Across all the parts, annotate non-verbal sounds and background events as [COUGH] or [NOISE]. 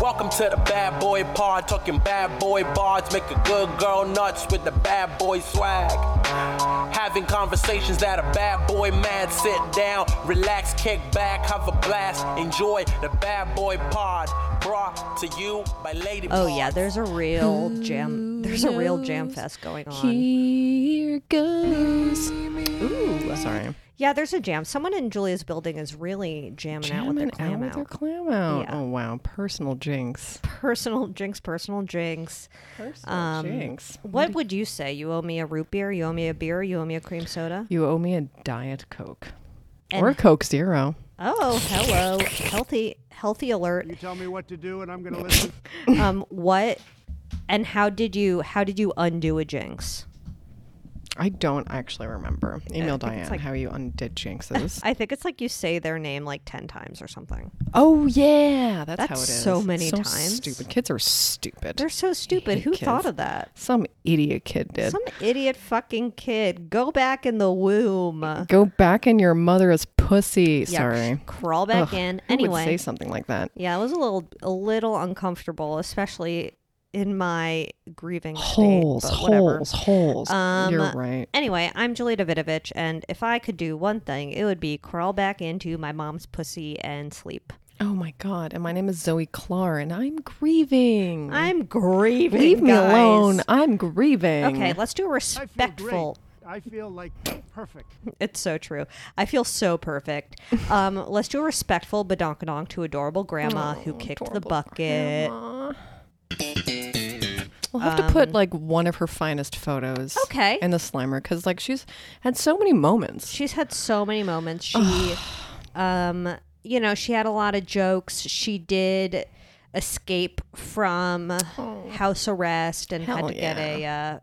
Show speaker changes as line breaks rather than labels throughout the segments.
Welcome to the bad boy pod, talking bad boy bards, make a good girl nuts with the bad boy swag. Having conversations that a bad boy mad, sit down, relax, kick back, have a blast, enjoy the bad boy pod, brought to you by Lady
Oh yeah,
Pards.
there's a real jam. There's a real jam
knows?
fest going on.
Here goes.
Ooh.
Sorry.
Yeah, there's a jam. Someone in Julia's building is really jamming, out with their
Jamming out
clam
with
out.
their clam out.
Yeah.
Oh wow, personal jinx.
personal jinx, personal jinx.
Personal jinx.
What would you say? You owe me a root beer. You owe me a beer. You owe me a cream soda.
You owe me a diet coke,
And-
or a coke zero.
Oh, hello, healthy, healthy alert.
You tell me what to do, and I'm going to listen.
Um, what? And how did you? How did you undo a jinx?
I don't actually remember.
think
Email
Uh, it's
Diane
like-
how you
[LAUGHS]
undid jinxes.
I think it's like you say their name like ten times or something.
oh yeah, that's, how it
That's
is.
so many
so
times.
Stupid kids are stupid.
They're so stupid.
hate
Who thought
kids.
of that?
Some idiot kid did.
Some idiot fucking kid. Go back in the womb.
Go back in your mother's pussy.
Yeah,
Sorry.
Crawl back
Ugh,
in.
who would say
Anyway.
something like that.
Yeah, it was a little a little uncomfortable, especially in my grieving
Holes,
state. but whatever.
holes, holes.
Um,
You're right.
Anyway, I'm Julia Davidovich, and if I could do one thing, it would be crawl back into my mom's pussy and sleep.
Oh my god! And my name is Zoe Clar, and I'm grieving.
I'm grieving.
Mm. Leave me
guys.
alone. I'm grieving.
Okay, let's do a
I feel great.
respectful.
I feel like perfect.
It's so true. I feel so perfect. Um,
[LAUGHS]
let's do a respectful badonkadonk to adorable grandma who kicked the
Oh, adorable
bucket.
Aw. We'll have to put like one of her finest photos.
Um, Okay.
In the Slimer, because like she's had so many moments.
She's had so many moments.
[SIGHS]
She, um, you know, she had a lot of jokes. She did escape from house arrest and had
Oh. Hell
to get a uh,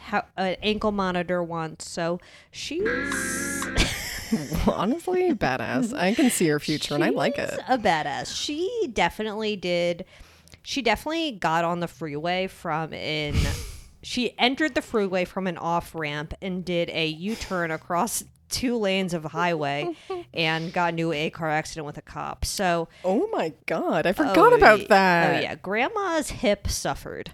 how, an ankle monitor once. So she's
[LAUGHS] Honestly, badass. I can see her future, and I like
she's
it.
A badass. She definitely did. She definitely got on the freeway from
[LAUGHS]
in. she entered the freeway from an off ramp and did a U turn across two lanes of
[LAUGHS]
highway and got into a car accident with a cop. So
Oh my god, I forgot about
y-
that.
Oh yeah, Grandma's hip suffered.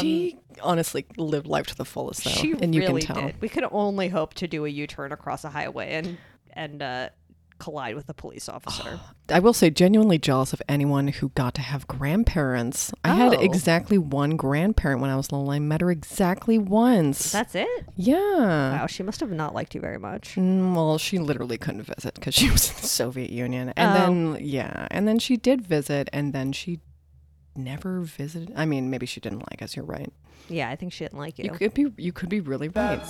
she honestly lived life to the fullest, though,
Um, she
and you
really
can tell.
did. We could only hope to do a U turn across a highway and and uh, collide with a police
[GASPS]
officer.
I will say, genuinely jealous of anyone who got to have grandparents. I had
Oh.
exactly one grandparent when I was little. I met her exactly once.
That's it.
yeah.
Wow, she must have not liked you very much.
Mm, Well, she literally couldn't visit because she [LAUGHS] was in the Soviet Union.
Oh.
And then, yeah. And then she did visit, and then she never visited. I mean, maybe she didn't like us. You're right.
Yeah, I think she didn't like you.
You could be, you could be really right.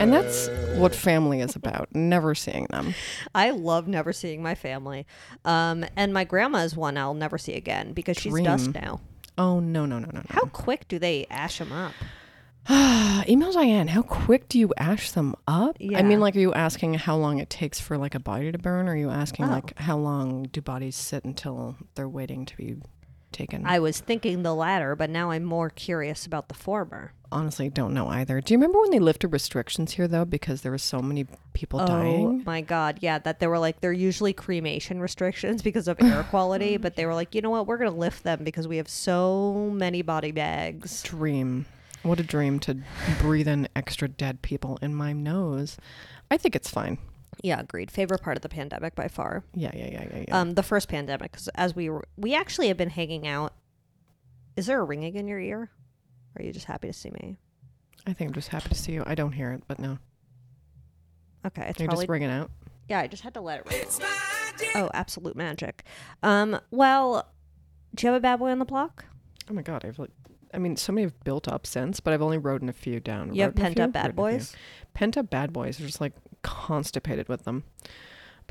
and that's what family is about never seeing them.
I love never seeing my family. Um, and my grandma is one I'll never see again because she's dust now.
Oh, no, no, no, no, no.
How quick do they ash them up?
Ah, Email Diane, how quick do you ash them up? I
Yeah.
mean, like, are you asking how long it takes for like a body to burn? Or are you
Oh.
asking like how long do bodies sit until they're waiting to be taken?
I was thinking the latter, but now I'm more curious about the former.
honestly don't know either. Do you remember when they lifted restrictions here though because there were so many people dying?
Oh my god, yeah, that they were like they're usually cremation restrictions because of [LAUGHS] air quality, but they were like, you know what, we're gonna lift them because we have so many body bags.
Dream. What a dream to breathe in extra dead people in my nose. I think it's fine.
Yeah, agreed. Favorite part of the pandemic by far.
Yeah, yeah, yeah, yeah, yeah.
Um, the first pandemic, 'cause as we were, we actually have been hanging out. Is there a ringing in your ear? Or are you just happy to see me?
I think I'm just happy to see you. I don't hear it, but no.
Okay, it's
You're
probably
just bringing out.
yeah. I just had to let it ring. Oh, absolute magic. Um, well, do you have a bad boy on the block?
Oh my god, I've like I mean, so many have built up since, but I've only wrote in a few down.
You have
Wrote in a
pent up
few,
bad
wrote in a few.
boys?
Pent up bad boys are just like constipated with them.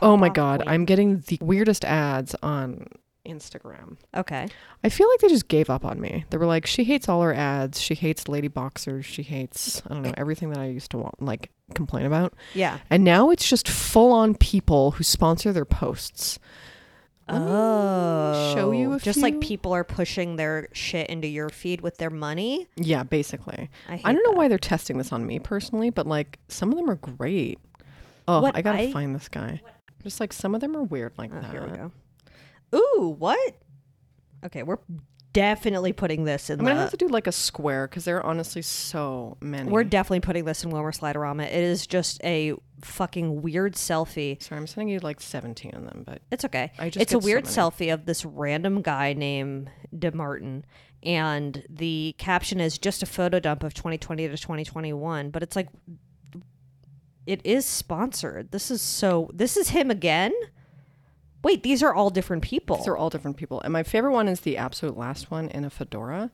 oh my
off,
god,
queen.
I'm getting the weirdest ads on Instagram.
Okay,
I feel like they just gave up on me. They were like, she hates all her ads. She hates lady boxers. She hates, I don't know, everything that I used to want, like complain about.
yeah.
And now it's just full on people who sponsor their posts. Let me show you a
Oh, just like
few.
people are pushing their shit into your feed with their money.
Yeah, basically.
I hate
I, don't know why they're testing this on me personally, but like some of them are great. Oh,
What
I gotta
I-
find this guy. Just like some of them are weird like
Oh,
that.
here we go. Ooh, what? Okay, we're definitely putting this in
I'm
the.
gonna have to do like a square because there are honestly so many.
Uh, We're definitely putting this in Wilmer Sliderama. It is just a fucking weird selfie.
Sorry, I'm sending you like 17 of them, but
It's okay.
I just
it's a
get so
weird
many.
selfie of this random guy named DeMartin. And the caption is just a photo dump of 2020 to 2021. But it's like, it is sponsored. This is so. This is him again? Wait, these are all different people.
these are all different people. And my favorite one is the absolute last one in a fedora.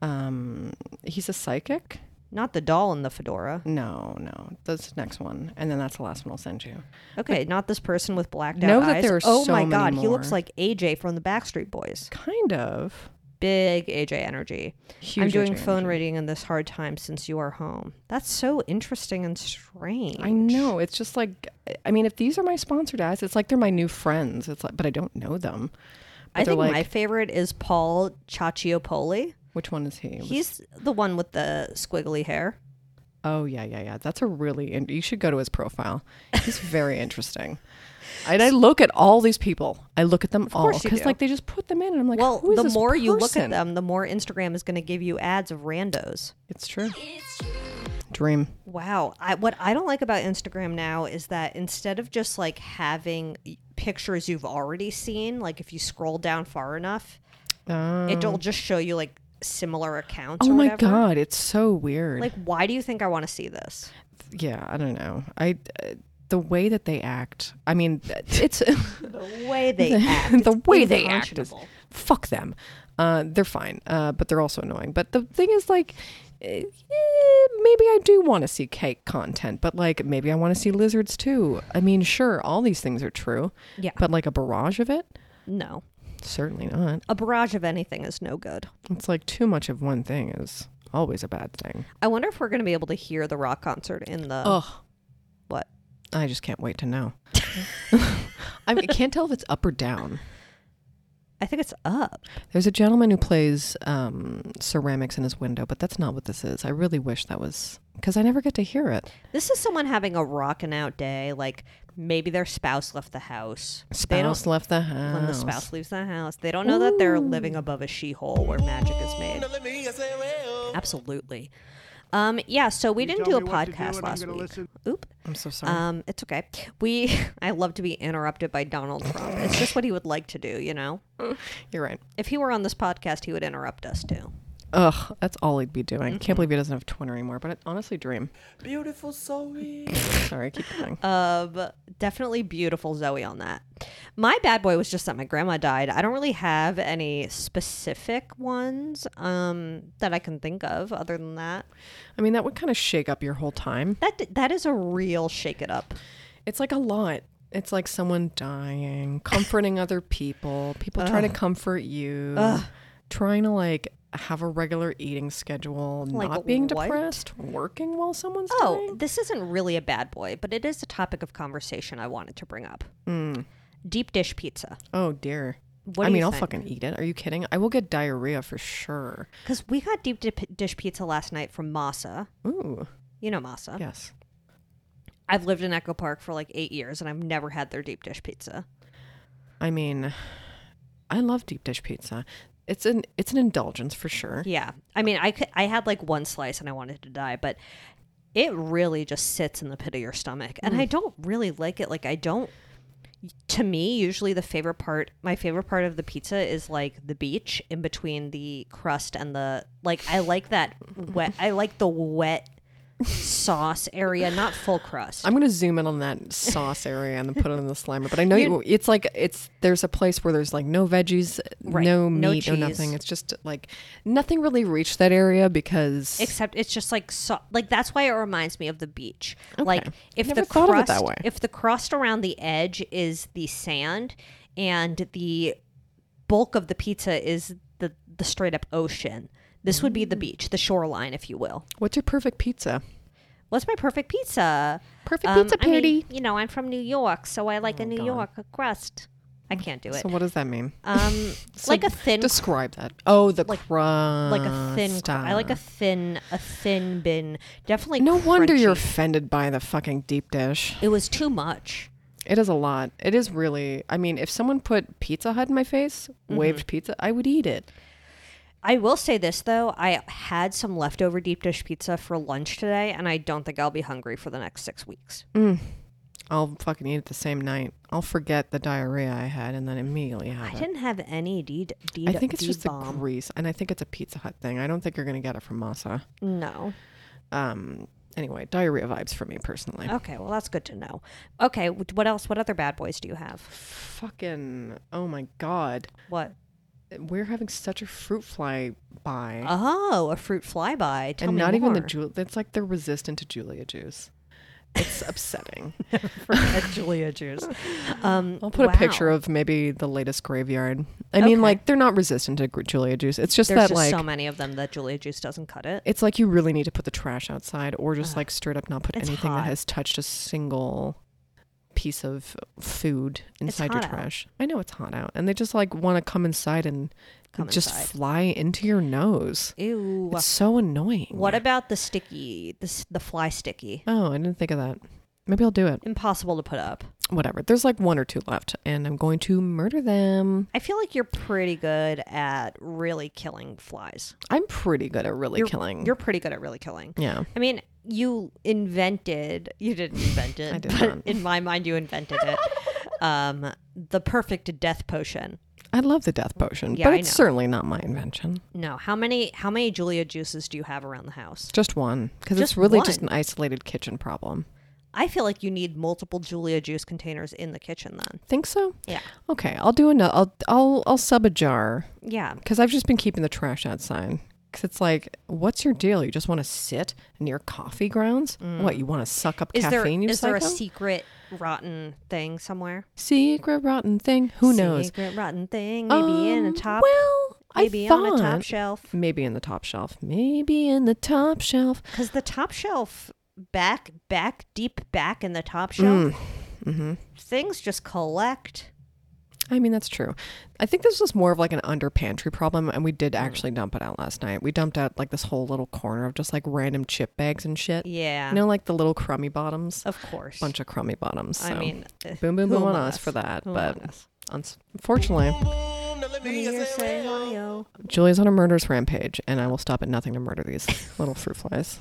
Um, he's a psychic.
Not the doll in the fedora.
No, no, that's the next one, and then that's the last one I'll send you.
Okay, not this person with blacked out
Know
eyes.
that there are
oh
so
my
many
god, he looks
more.
like AJ from the Backstreet Boys.
Kind of.
Big AJ energy. I'm
Huge
doing
AJ
phone
energy.
reading in this hard time since you are home. That's so interesting and strange.
I know. It's just like, I mean, if these are my sponsored ads, it's like they're my new friends. It's like, but I don't know them. But
I
they're
think
like,
my favorite is Paul Ciacciopoli.
which one is he?
He's the one with the squiggly hair.
Oh yeah, yeah, yeah. That's a really. In- you should go to his profile. He's very interesting. And I look at all these people. I look at them all
course you
because
do.
like they just put them in, and I'm like,
Well,
who is
the
this
more you look at
person?
them, the more Instagram is going to give you ads of randos.
it's true. Dream.
Wow. I, what I don't like about Instagram now is that instead of just like having pictures you've already seen, like if you scroll down far enough,
Uh,
it'll just show you like similar accounts.
oh
or
my
whatever.
god, it's so weird.
Like, why do you think I want to see this?
yeah, I don't know. I uh, the way that they act.
[LAUGHS]
I mean, it's
The way
[LAUGHS]
they act.
the
it's
way they act is
unconscionable.
fuck them. Uh, they're fine, uh, but they're also annoying. But the thing is, like, eh, eh, maybe I do want to see cake content, but like, maybe I want to see lizards too. I mean, sure, all these things are true.
Yeah.
But like a barrage of it,
No.
certainly not.
A barrage of anything is no good.
It's like too much of one thing is always a bad thing.
I wonder if we're going to be able to hear the rock concert in the.
Ugh.
What?
I just can't wait to know. [LAUGHS] I mean, I can't tell if it's up or down.
I think it's up.
There's a gentleman who plays um, ceramics in his window, but that's not what this is. I really wish that was because I never get to hear it.
This is someone having a rockin' out day. Like, maybe their spouse left the house. They don't-
Spouse left the house.
when the spouse leaves the house. They don't know that they're living above a she hole where magic is made. Absolutely. Um, yeah, so we didn't do
tell
a
me what to do
podcast
and I'm
last
gonna
week.
listen.
Oop.
I'm so sorry.
Um, it's okay. We [LAUGHS] I love to be interrupted by Donald Trump. It's just what he would like to do, you know?
You're right.
If he were on this podcast, he would interrupt us too.
Ugh, that's all he'd be doing. Can't believe he doesn't have Twitter anymore. But I honestly, dream.
Beautiful soul.
Sorry, keep going.
of Um, definitely beautiful Zoe on that. My bad boy was just that my grandma died. I don't really have any specific ones um, that I can think of other than that.
I mean, that would kind of shake up your whole time.
That that is a real shake it up.
It's like a lot. It's like someone dying, comforting other people, people trying to comfort you, trying to like have a regular eating schedule,
Like
not being
what?
depressed, working while someone's
Oh,
dying.
this isn't really a bad boy, but it is a topic of conversation I wanted to bring up.
Hmm.
Deep dish pizza.
Oh dear.
What
I
do
mean,
you
I'll
think?
fucking eat it. Are you kidding? I will get diarrhea for sure.
Because we got deep dip- dish pizza last night from Masa.
Ooh,
You know Masa.
yes.
I've lived in Echo Park for like eight years, and I've never had their deep dish pizza.
I mean, I love deep dish pizza. It's an it's an indulgence for sure.
Yeah. I mean, I, cou- I had like one slice and I wanted to die, but it really just sits in the pit of your stomach. And I don't really like it. Like, I don't, to me, usually the favorite part, my favorite part of the pizza is like the beach in between the crust and the, like, I like that wet, I like the wet sauce area, not full crust.
I'm gonna zoom in on that sauce area and then put it in the slimer. But I
[LAUGHS]
know you, it's like it's there's a place where there's like no veggies,
Right.
no
No
meat, no, nothing.
cheese.
It's just like nothing really reached that area because
except it's just like so, like that's why it reminds me of the beach. Like if
Never
the
thought of
crust
it that way.
if the crust around the edge is the sand and the bulk of the pizza is the the straight up ocean. This would be
Mm.
the beach, the shoreline if you will.
what's your perfect pizza?
What's my perfect pizza?
Perfect
Um,
pizza, Oh
I mean,
Purdy.
you know, I'm from New York, so I like a New York crust. I
Mm,
can't do it.
so what does that mean? [LAUGHS]
um
So
like a thin
Describe that. Oh, the
Like-
crust.
like a thin cr- I like a thin a thin bin. Definitely
No wonder you're
crunchy.
offended by the fucking deep dish.
It was too much.
It is a lot. It is really. I mean, if someone put Pizza Hut in my face,
Mm-hmm.
waved pizza, I would eat it.
I will say this though, I had some leftover deep dish pizza for lunch today, and I don't think I'll be hungry for the next six weeks.
I'll fucking eat it the same night. I'll forget the diarrhea I had and then immediately
I
have it.
didn't have any D. D-
I think it's just the
bomb.
grease, and I think it's a Pizza Hut thing. I don't think you're gonna get it from Masa.
no.
Um. Anyway, diarrhea vibes for me personally.
Okay, well that's good to know. Okay, wh- what else? What other bad boys do you have?
Fucking. Oh my god.
What?
We're having such a fruit fly by.
Oh, a fruit flyby. Tell
and
me
not even
[LAUGHS]
the
more.
Julia. It's like they're resistant to Julia juice. [LAUGHS] It's upsetting. [LAUGHS]
Forget Julia juice. Um,
I'll put a picture
wow.
of maybe the latest graveyard. I mean,
Okay.
like they're not resistant to gr- Julia juice. It's just
There's
that
just
like
so many of them that Julia juice doesn't cut it.
it's like you really need to put the trash outside, or just like straight up not put
it's
anything
hot.
that has touched a single piece of food inside your
hot out.
trash. I know it's hot out, and they just like want to come inside and
Come
just
inside.
fly into your nose.
Ew.
It's so annoying.
What about the sticky, the s- the fly sticky?
Oh, I didn't think of that. Maybe I'll do it.
Impossible to put up.
Whatever. There's like one or two left, and I'm going to murder them.
I feel like you're pretty good at really killing flies.
I'm pretty good at really
You're-
killing.
You're pretty good at really killing.
yeah.
I mean, you invented, you didn't invent it,
[LAUGHS] I did
but
not.
in my mind, you invented
[LAUGHS]
it. um, the perfect death potion.
I love the death potion,
Yeah,
but
I
it's
know.
certainly not my invention.
No, how many how many Julia juices do you have around the house?
Just one, because it's
Just
really just an
one?
isolated kitchen problem.
I feel like you need multiple Julia juice containers in the kitchen then.
Think so?
Yeah.
Okay, I'll do another. I'll I'll I'll sub a jar
Yeah.
because I've just been keeping the trash outside. Because it's like, what's your deal? You just want to sit near coffee grounds? What you want to suck up
Mm. Is
caffeine?
there
you
is there a
psycho?
secret rotten thing somewhere?
secret rotten thing? Who knows?
Secret rotten thing, maybe in a
Um,
top
Well,
maybe
I
on
thought
a top shelf.
maybe in the top shelf. Maybe in the top shelf.
Because the top shelf, back, back, deep back in the top
Mm.
shelf, things just collect.
Mm-hmm. I mean, that's true. I think this was more of like an under pantry problem, and we did
Mm.
actually dump it out last night. We dumped out like this whole little corner of just like random chip bags and shit.
Yeah.
You know, like the little crummy bottoms.
Of course.
bunch of crummy bottoms.
I
so.
mean, oh eh,
boom, boom,
who
boom on
among
us, for that.
Who
but
among us?
uns- unfortunately,
uh,
Julia's on a murderous rampage, and I will stop at nothing to murder these little
[LAUGHS]
fruit flies.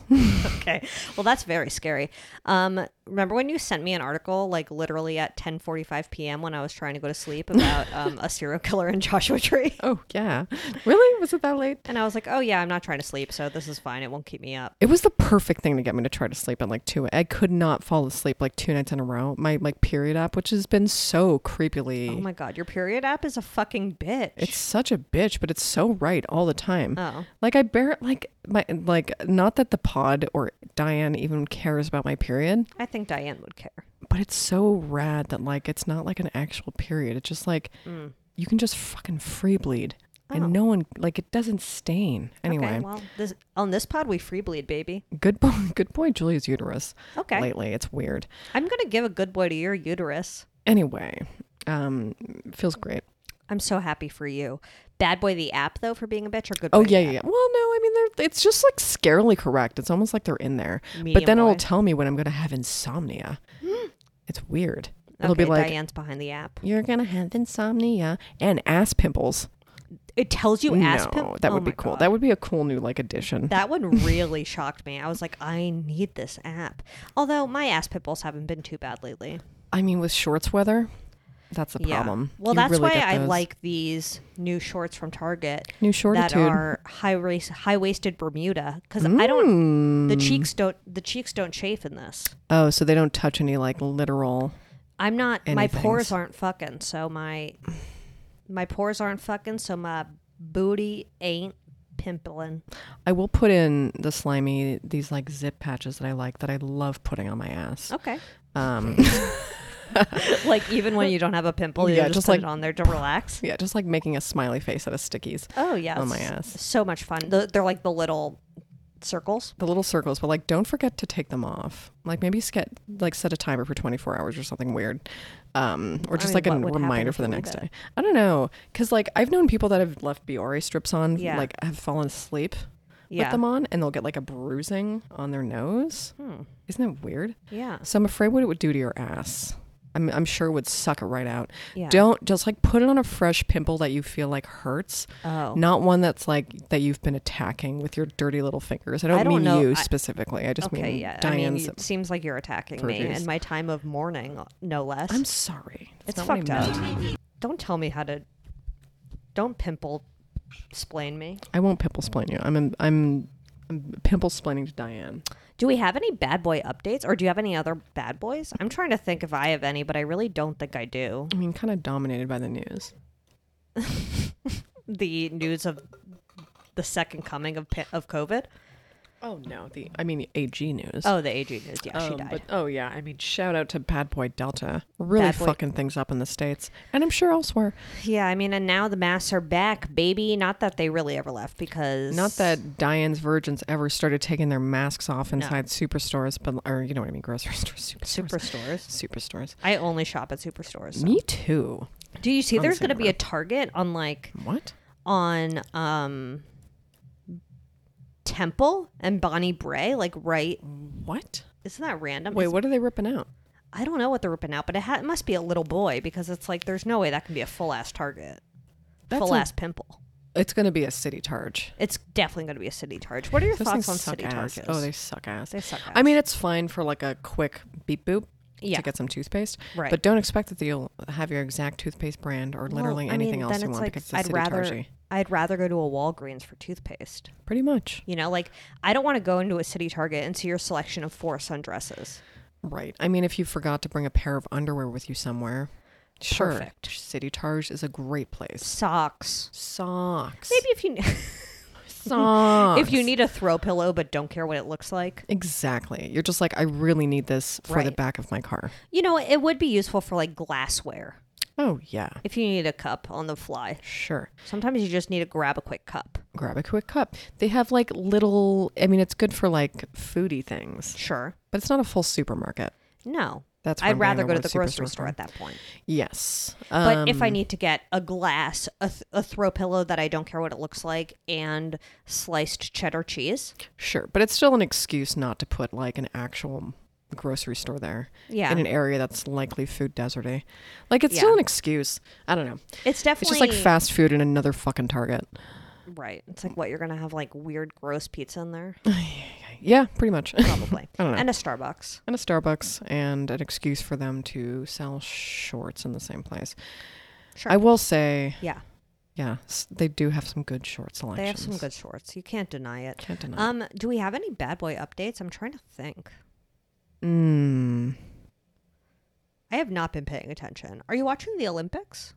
Okay. Well, that's very scary. Um, remember when you sent me an article, like literally at 10:45 p.m. when I was trying to go to sleep
[LAUGHS]
about um, a serial killer in Joshua Tree?
oh yeah, really? Was it that late?
And I was like, oh yeah, I'm not trying to sleep, so this is fine. It won't keep me up.
It was the perfect thing to get me to try to sleep at like two. I could not fall asleep like two nights in a row. My like period app, which has been so creepily.
Oh my god, your period app is a fucking bitch.
It's such a bitch, but it's so right all the time.
Oh.
Like I bear like my like not that the pod or Diane even cares about my period,
I think Diane would care.
but it's so rad that like it's not like an actual period. It's just like
Mm.
you can just fucking free bleed. And no one like it doesn't stain. Anyway,
Oh. Okay, well, this, on this pod we free bleed, baby.
good boy [LAUGHS] good boy Julia's uterus.
Okay.
Lately. It's weird.
I'm gonna give a good boy to your uterus.
Anyway, um feels great.
I'm so happy for you. Bad boy the app though for being a bitch or good boy.
Oh
the
yeah, yeah.
app?
yeah. Well, no, I mean they're it's just like scarily correct. It's almost like they're in there,
Medium
but then it'll
boy.
tell me when I'm gonna have insomnia. it's weird. It'll
Hmm. okay,
be like
Diane's behind the app.
you're gonna have insomnia and ass pimples.
It tells you ass
no,
pimp-
that
Oh
would be
my
cool.
God.
That would [LAUGHS] be a cool new like addition.
That one really shocked me. I was like, I need this app. Although my ass pimples haven't been too bad lately.
I mean, with shorts weather, that's a problem.
Well,
You
that's
really
why
get
I
those.
like these new shorts from Target.
New
that
shortitude.
are high race, high waisted Bermuda because I don't.
Mmm.
The cheeks don't. The cheeks don't chafe in this.
Mm. Oh, so they don't touch any like literal.
I'm not. My
Anything's-
pores aren't fucking. So my my pores aren't fucking. So my booty ain't pimpling.
I will put in the slimy these like zip patches that I like that I love putting on my ass.
Okay.
Um,
[LAUGHS] like even when you don't have a pimple, you
Yeah,
just,
just
put
like-
it on there to relax.
yeah, just like making a smiley face out of stickies.
Oh yeah.
On my
it's
ass.
So much fun. The, they're like the little circles.
the little circles, but like don't forget to take them off. Like maybe set like set a timer for 24 hours or something weird, um, or just
mean,
like
what
a
would happen
reminder
if
for the
you leave
next
it?
day. I don't know, cause like I've known people that have left Biore strips on,
Yeah.
like have fallen asleep
Yeah.
with them on, and they'll get like a bruising on their nose. Isn't that weird?
Hmm. Yeah.
So I'm afraid what it would do to your ass. I'm, I'm sure would suck it right out.
Yeah.
Don't just like put it on a fresh pimple that you feel like hurts.
Oh.
Not one that's like that you've been attacking with your dirty little fingers. I don't,
I don't
mean
know.
you
I-
specifically. I just
Okay,
mean
yeah. I mean,
Diane's. I
it seems like you're attacking me
Perjuries.
in my time of mourning, no less.
am sorry. That's
it's
not what I
fucked
meant.
up. Don't tell me how to. Don't pimple explain me.
I won't pimple splain you. I'm I'm, I'm pimple splaining to Diane.
Do we have any bad boy updates or do you have any other bad boys? I'm trying to think if I have any, but I really don't think I do.
I mean, kind of dominated by the news.
The news of the second coming of pi- of COVID.
Oh no, the I mean AG news.
Oh, the AG news. Yeah, she
Um,
died.
But, oh yeah, I mean, shout out to Bad Boy Delta, really
Bad Boy-
fucking things up in the states, and I'm sure elsewhere.
yeah, I mean, and now the masks are back, baby. Not that they really ever left because
Not that Diane's virgins ever started taking their masks off inside superstores, but or you know what I mean, grocery [LAUGHS] stores, superstores,
superstores.
superstores.
I only shop at superstores.
Me too.
Do you see? There's
same
going to be a Target on like
What?
on um Temple and Bonnie Bray, like right.
What?
Isn't that random?
Wait,
It's-
what are they ripping out?
I don't know what they're ripping out, but it, ha- it must be a little boy because it's like there's no way that can be a full ass Target,
That's
full
a-
ass pimple.
It's going to be a city charge.
It's definitely going to be a city charge. What are your
Those
thoughts
things
on
suck
city
ass.
charges?
Oh, they suck ass.
They suck
I
ass.
mean, it's fine for like a quick beep boop
Yeah.
to get some toothpaste,
Right.
But don't expect that you'll have your exact toothpaste brand or
Well,
literally
I
anything
mean,
else
then
you
it's
want
like,
because it's a
I'd
city
rather
charge.
I'd rather go to a Walgreens for toothpaste.
Pretty much.
You know, like I don't want to go into a city Target and see your selection of four sundresses.
Right. I mean, if you forgot to bring a pair of underwear with you somewhere, sure.
Perfect.
City Targe is a great place.
Socks.
Socks.
Maybe [LAUGHS] if you
Socks.
if you need a throw pillow but don't care what it looks like.
Exactly. You're just like, I really need this for the
Right.
back of my car.
You know, it would be useful for like glassware.
Oh, yeah.
If you need a cup on the fly.
Sure.
Sometimes you just need to grab a quick cup.
Grab a quick cup. They have like little, I mean, it's good for like foodie things,
Sure.
but it's not a full supermarket.
No.
That's where
I'd
I'm
rather go to
going over
the
to
grocery
Superstore
store
for.
at that point.
Yes.
But
Um,
if I need to get a glass, a, th- a throw pillow that I don't care what it looks like, and sliced cheddar cheese,
Sure, but it's still an excuse not to put like an actual grocery store there.
Yeah.
In an area that's likely food deserty. Like it's
Yeah.
still an excuse. I don't know.
it's
It's
definitely
just like fast food in another fucking Target. [SIGHS]
Right. It's like what you're gonna have like weird, gross pizza in
[LAUGHS]
there,
Yeah, pretty much.
probably,
I don't know.
and a Starbucks.
and a Starbucks and an excuse for them to sell shorts in the same place.
Sure.
I will say,
yeah,
yeah, s- they do have some good short selections.
they have some good shorts. You can't deny it.
Can't deny.
Um, do we have any bad boy updates? I'm trying to think.
Mm.
I have not been paying attention. Are you watching the Olympics?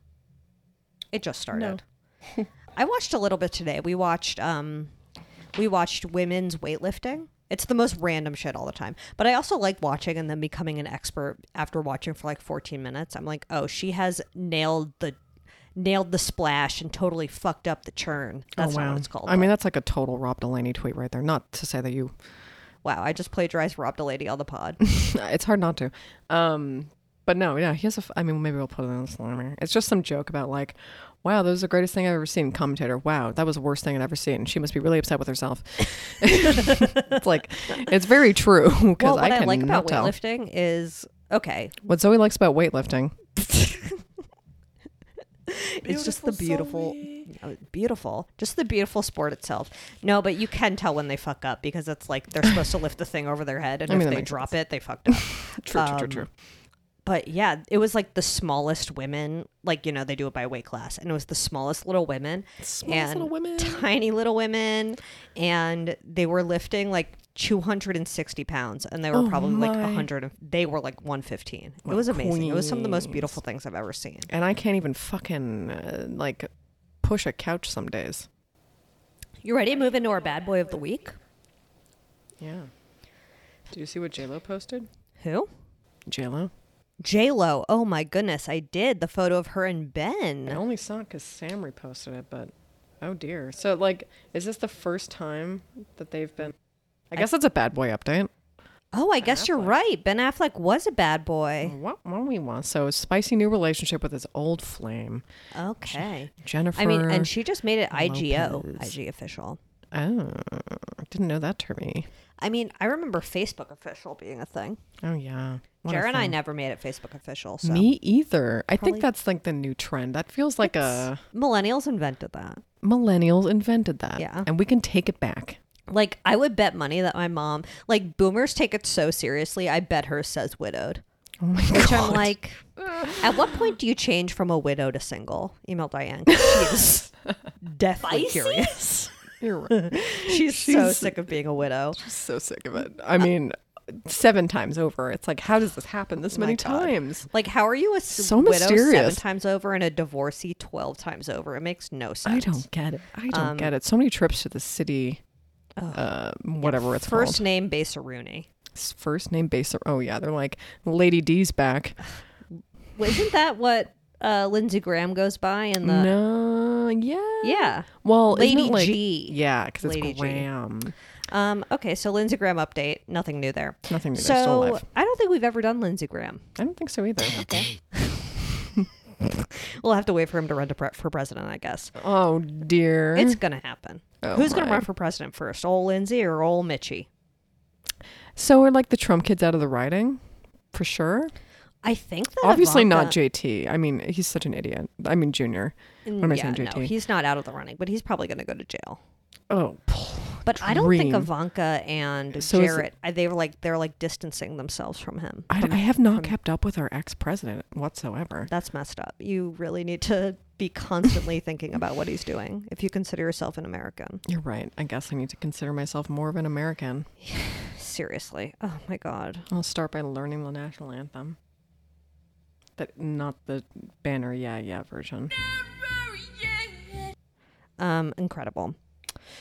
It just started. [LAUGHS] I watched a little bit today. We watched um we watched women's weightlifting. It's the most random shit all the time. But I also like watching and then becoming an expert after watching for like 14 minutes. I'm like, "Oh, she has nailed the nailed the splash and totally fucked up the churn." That's
oh, wow.
not what it's called.
I
but-
mean, that's like a total Rob Delaney tweet right there. Not to say that you
wow, I just plagiarized Rob Delaney on the pod.
[LAUGHS] Uh, it's hard not to. Um, but no, yeah, he has a. F- I mean, maybe we'll put it on the slammer. It's just some joke about like, wow, that was the greatest thing I've ever seen. Commentator, wow, that was the worst thing I'd ever seen. She must be really upset with herself. [LAUGHS] it's like, it's very true [LAUGHS] because
well, what I,
I,
like
cannot
about
tell.
weightlifting is okay,
What Zoe likes about weightlifting,
it's just the beautiful no, beautiful just the beautiful sport itself no but you can tell when they fuck up because it's like they're supposed to lift the thing over their head and
[LAUGHS] I mean,
if
that
they
makes
drop it they fucked up
true, true, true,
Um,
true.
but yeah it was like the smallest women like you know they do it by weight class and it was the smallest little women
Smallest
and
little women.
[LAUGHS] tiny little women and they were lifting like 260 pounds and they were
Oh
probably like
my.
100 and- they were like 115 it was amazing it was some of the most beautiful things i've ever seen
And I can't even fucking uh, like push a couch some days.
you ready to move into our bad boy of the week
Yeah. Did you see what J Lo posted?
who
J Lo.
J Lo. Oh my goodness, I did the photo of her and Ben.
I only saw it because Sam reposted it, but oh dear. So, like, is this the first time that they've been? I guess that's a bad boy update.
Oh, I guess you're right. Ben Affleck was a bad boy.
Eh. What what we want? So, a spicy new relationship with his old flame,
Okay.
Jennifer.
I mean, and she just made it IGO,
Lopez.
IG official.
oh, Didn't know that termy.
I mean, I remember Facebook official being a thing.
Oh yeah. What a
Jared and I
fun-
never made it Facebook official. So
Me either. I think that's like the new trend. That feels like a
millennials invented that.
millennials invented that.
Yeah.
And we can take it back.
Like I would bet money that my mom, like boomers take it so seriously. I bet her says widowed.
Oh my
Which
god.
I'm like, at what point do you change from a widow to single? Email Diane. 'cause She is deathly curious.
[LAUGHS]
[LAUGHS]
You're right.
She's, so sick of being a widow.
so sick of it. Mm, I mean, seven times over. It's like, how does this happen this many
God.
times?
Like, how are you a s-
So
widow seven
mysterious.
times over and a divorcee 12 times over? It makes no sense.
I don't get it. I don't get it. So many trips to the city. Uh, whatever it's
First
called.
name, Besa Rooney.
S- first name base. Oh yeah, they're like Lady D's [LAUGHS] back.
Well, Isn't that what uh, Lindsey Graham goes by in the.
no, yeah,
Yeah.
Well, isn't
Lady
it like,
G.
Yeah, because it's
Lady G.
Graham.
Um, okay, so Lindsey Graham update. Nothing new there.
Nothing new.
So
They're still alive.
I don't think we've ever done Lindsey Graham.
I don't think so [LAUGHS] either.
We'll have to wait for him to run to pre- for president, I guess.
Oh dear.
It's gonna happen.
Oh,
Who's gonna
my.
run for president first, old Lindsay or old Mitchie?
so are like the Trump kids out of the riding, for sure.
I think that
Obviously
Ivanka-
not JT. I mean, he's such an idiot. I mean, Junior. What am I
yeah,
saying, JT?
no, he's not out of the running, but he's probably gonna go to jail.
oh,
But I don't think
Dream.
Ivanca and
So is it-
Jarrett. I they were like they're like distancing themselves from him.
I, I have not kept up with our ex president whatsoever.
[LAUGHS] That's messed up. You really need to be constantly thinking about what he's doing if you consider yourself an American. [SIGHS]
You're right. I guess I need to consider myself more of an American.
Seriously. Oh my god.
I'll start by learning the national anthem. But not the banner, yeah, yeah version.
Um, incredible.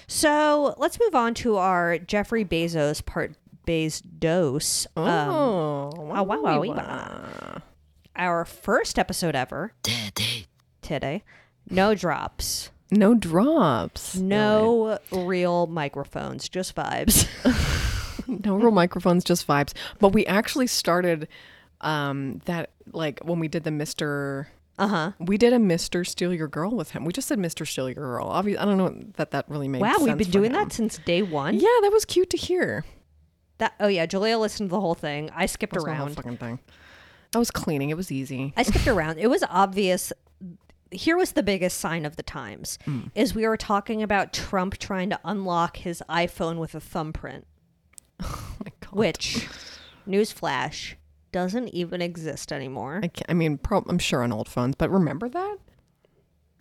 So let's move on to our Jeffrey Bezos part Bezos. Um,
Oh,
wow, wow, wow, wow. our first episode ever today. No drops.
No drops.
No real microphones, just vibes.
no real microphones, just vibes. But we actually started um that like when we did the Mr.
Uh huh.
We did a Mr. Steal Your Girl with him. We just said Mr. Steal Your Girl. Obviously, I don't know that that really makes
Wow,
sense.
we've been
for
doing
him.
that since day one.
Yeah, that was cute to hear.
That oh yeah, Julia listened to the whole thing. I skipped
That's my whole
around.
fucking thing. I was cleaning. It was easy.
I skipped around. It was obvious. Here was the biggest sign of the times:
Hmm.
is we were talking about Trump trying to unlock his iPhone with a thumbprint.
Oh my god. [LAUGHS]
which newsflash doesn't even exist anymore.
I, ca- I mean, prob I'm sure on old phones, but remember that?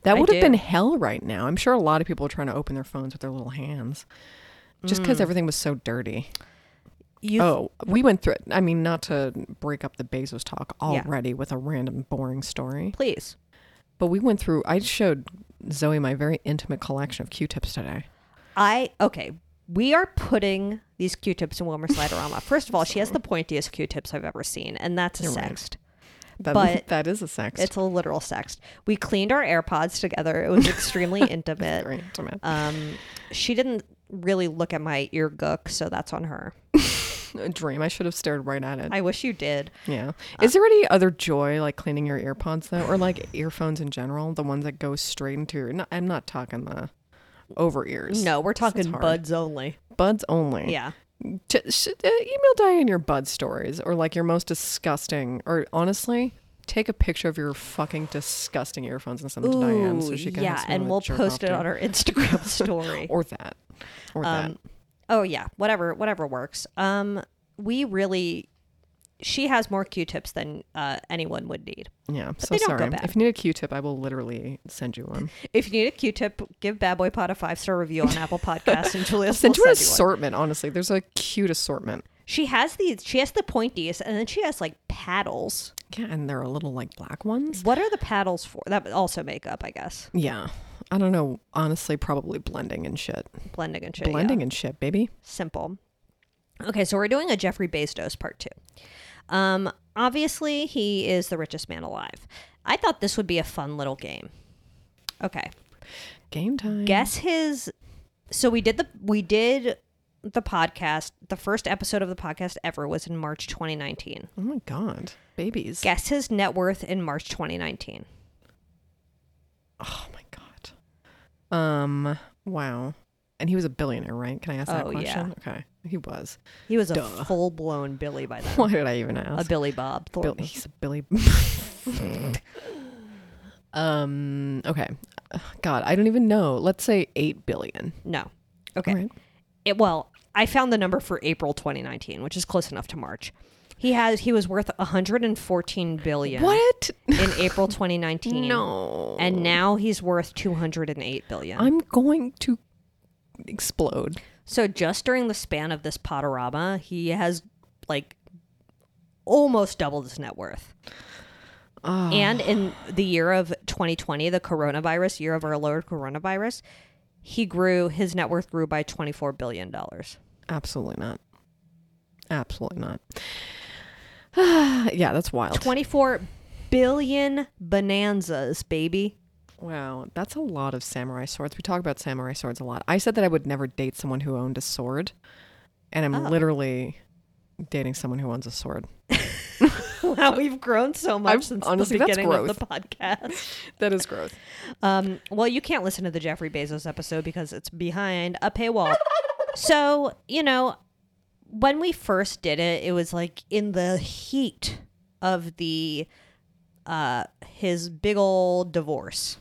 That
I
would have been
do.
hell right now. I'm sure a lot of people are trying to open their phones with their little hands just because everything was so dirty.
Mm. You
oh, we went through it. I mean, not to break up the Bezos talk
Yeah.
already with a random boring story,
please.
but we went through, I showed Zoe my very intimate collection of Q tips today.
I okay. We are putting these Q-tips in Wilmer Sliderama. First of all, she has the pointiest Q-tips I've ever seen, and that's a sext.
That,
But
[LAUGHS] that is a sex.
It's a literal sext. We cleaned our AirPods together. It was
[LAUGHS]
extremely intimate.
very intimate.
Um, she didn't really look at my ear gook, so that's on her.
a dream. I should have stared right at it.
I uh, wish you did.
Yeah. Is there any other joy like cleaning your earpods though, or like earphones in general, the ones that go straight into your? No, I'm not talking the over ears.
No, we're talking
hard.
buds only.
buds only.
Yeah.
T- sh- uh, email Diane your bud stories, or like your most disgusting, or honestly. Take a picture of your fucking disgusting earphones and send them to Diane so she can. have
yeah,
someone
and
to
we'll
jerk
post
off
it
to.
on our Instagram [LAUGHS] story.
Or that. Or that.
Oh yeah, whatever, whatever works. Um, we really, she has more Q-tips than uh, anyone would need.
Yeah. So
they don't go
sorry.
bad.
If you need a Q-tip, I will literally send you one.
If you need a Q-tip, give Bad Boy Pod a five star review on Apple Podcasts,
[LAUGHS]
and Julia will
Send
send
you an
you one.
assortment. Honestly, there's a cute assortment.
She has these. She has the pointies, and then she has like paddles.
Yeah, and they're a little like black ones.
What are the paddles for? That also makeup, I guess.
Yeah. I don't know. Honestly, probably blending and shit.
Blending and shit. yeah.
Blending and shit, baby.
simple. Okay, so we're doing a Jeffrey Bezos part two. Um, obviously, he is the richest man alive. I thought this would be a fun little game. Okay,
Game time.
guess his. So we did the we did the podcast. The first episode of the podcast ever was in March 2019.
oh my god. Babies.
Guess his net worth in March 2019.
oh my god. Um wow. And he was a billionaire, right? Can I ask that
Oh,
question? Okay. He was. [LAUGHS]
He was a full blown Billy by then.
Why did I even
A
ask?
Billy Bob
Bill-
Thornton.
he's
[LAUGHS]
a Billy. um. Okay. God, I don't even know. Let's say eight billion.
No. Okay.
All right.
It, well, I found the number for April 2019, which is close enough to March. He has he was worth 114 billion
What?
in April 2019.
No.
And now he's worth 208 billion.
I'm going to explode.
so just during the span of this Potorama, he has like almost doubled his net worth.
Ah,
And in the year of 2020, the coronavirus year of our Lord coronavirus, he grew his net worth grew by 24 billion dollars.
Absolutely not. Absolutely not. [SIGHS] yeah, that's wild.
24 billion bonanzas, baby. [LAUGHS]
Wow, that's a lot of samurai swords. We talk about samurai swords a lot. I said that I would never date someone who owned a sword, and I'm
Oh.
literally dating someone who owns a sword.
Wow, we've grown so much
I've-
since
honestly,
the
that's
beginning of the podcast.
That is growth.
Um, well, you can't listen to the Jeffrey Bezos episode because it's behind a paywall. so, you know, when we first did it, it was like in the heat of the uh his big old divorce.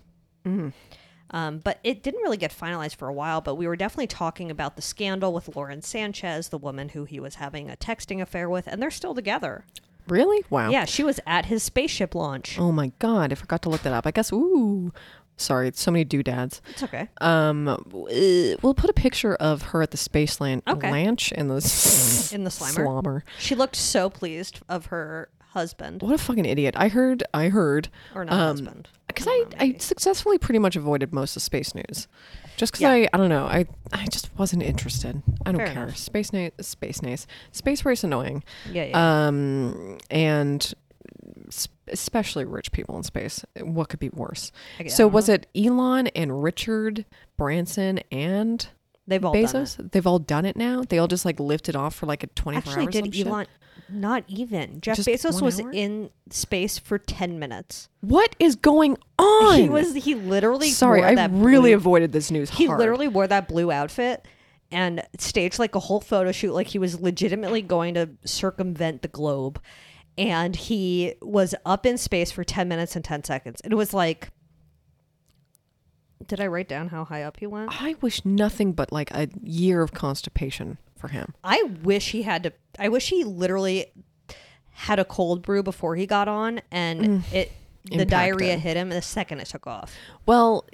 Um, but it didn't really get finalized for a while, but we were definitely talking about the scandal with Lauren Sanchez, the woman who he was having a texting affair with, and they're still together.
Really? Wow.
Yeah, she was at his spaceship launch.
Oh my god, I forgot to look that up. I guess. Ooh, sorry, it's so many doodads.
It's okay.
Um, uh, we'll put a picture of her at the space lan-
Okay.
lanch in the s-
In the slimer.
slobber.
She looked so pleased of her husband
What a fucking idiot! I heard. I heard.
or not husband.
because I, I successfully pretty much avoided most of space news just because
Yeah.
I, I don't know I, I just wasn't interested i don't
Fair
care
enough.
space na- space nace space race annoying
Yeah, yeah.
um and s- especially rich people in space what could be worse
I guess-
so was it elon and richard branson and
They've all done it.
bezos they've all done it now they all just like lifted off for like a 24
Actually,
hours
did Elon? Not even Jeff
Just
Bezos
one
was
hour?
in space for ten minutes.
what is going on
He was. He literally.
sorry
wore
i
that
really
blue-
avoided this news
He
hard.
literally wore that blue outfit and staged like a whole photo shoot, like he was legitimately going to circumvent the globe. And he was up in space for ten minutes and ten seconds. It was like. Did I write down how high up he went?
I wish nothing but like a year of constipation for him.
I wish he had to. I wish he literally had a cold brew before he got on, and it the
Impacted.
diarrhea hit him the second it took off.
Well,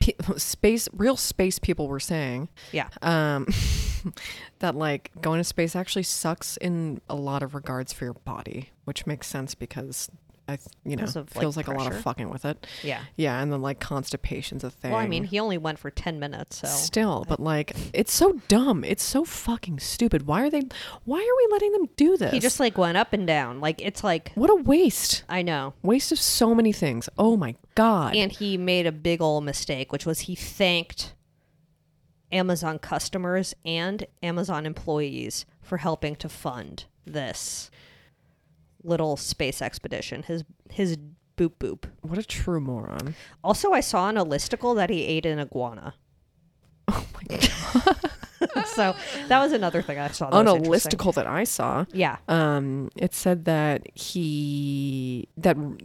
pe- space, real space people were saying
Yeah,
um, [LAUGHS] that like going to space actually sucks in a lot of regards for your body, which makes sense because I, th- you know,
Because of, like,
feels like, a lot of
pressure.
fucking with it.
yeah.
Yeah, and then like constipation's a thing.
Well, I mean, he only went for ten minutes, so
Still, but like, it's so dumb. It's so fucking stupid. Why are they? Why are we letting them do this?
he just like went up and down. Like it's like
what a waste!
I know.
Waste of so many things. Oh my god.
And he made a big old mistake, which was he thanked Amazon customers and Amazon employees for helping to fund this little space expedition. His his boop boop.
What a true moron.
Also, I saw on a listicle that he ate an [LAUGHS] iguana.
Oh my god.
[LAUGHS] so that was another thing I saw. Oh, That
On a
was interesting.
Oh, listicle that I saw,
Yeah.
um, it said that he that r-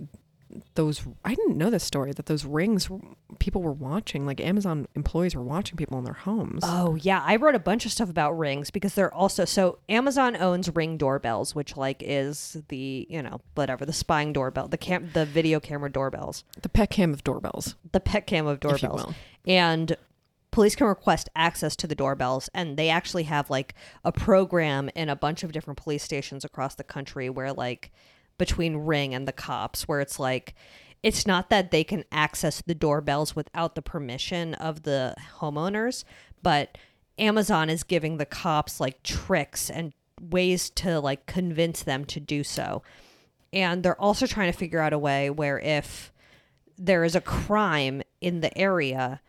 those I didn't know this story that those rings w- people were watching, like Amazon employees were watching people in their homes.
Oh yeah, I wrote a bunch of stuff about rings because they're also so Amazon owns Ring doorbells, which like is the you know whatever the spying doorbell, the cam, the video camera doorbells,
the pet cam
[LAUGHS]
of doorbells.
the pet cam of
you
doorbells,
will.
and police can request access to the doorbells, and they actually have like a program in a bunch of different police stations across the country where like between Ring and the cops, where it's like. It's not that they can access the doorbells without the permission of the homeowners, but Amazon is giving the cops like tricks and ways to like convince them to do so. And they're also trying to figure out a way where if there is a crime in the area,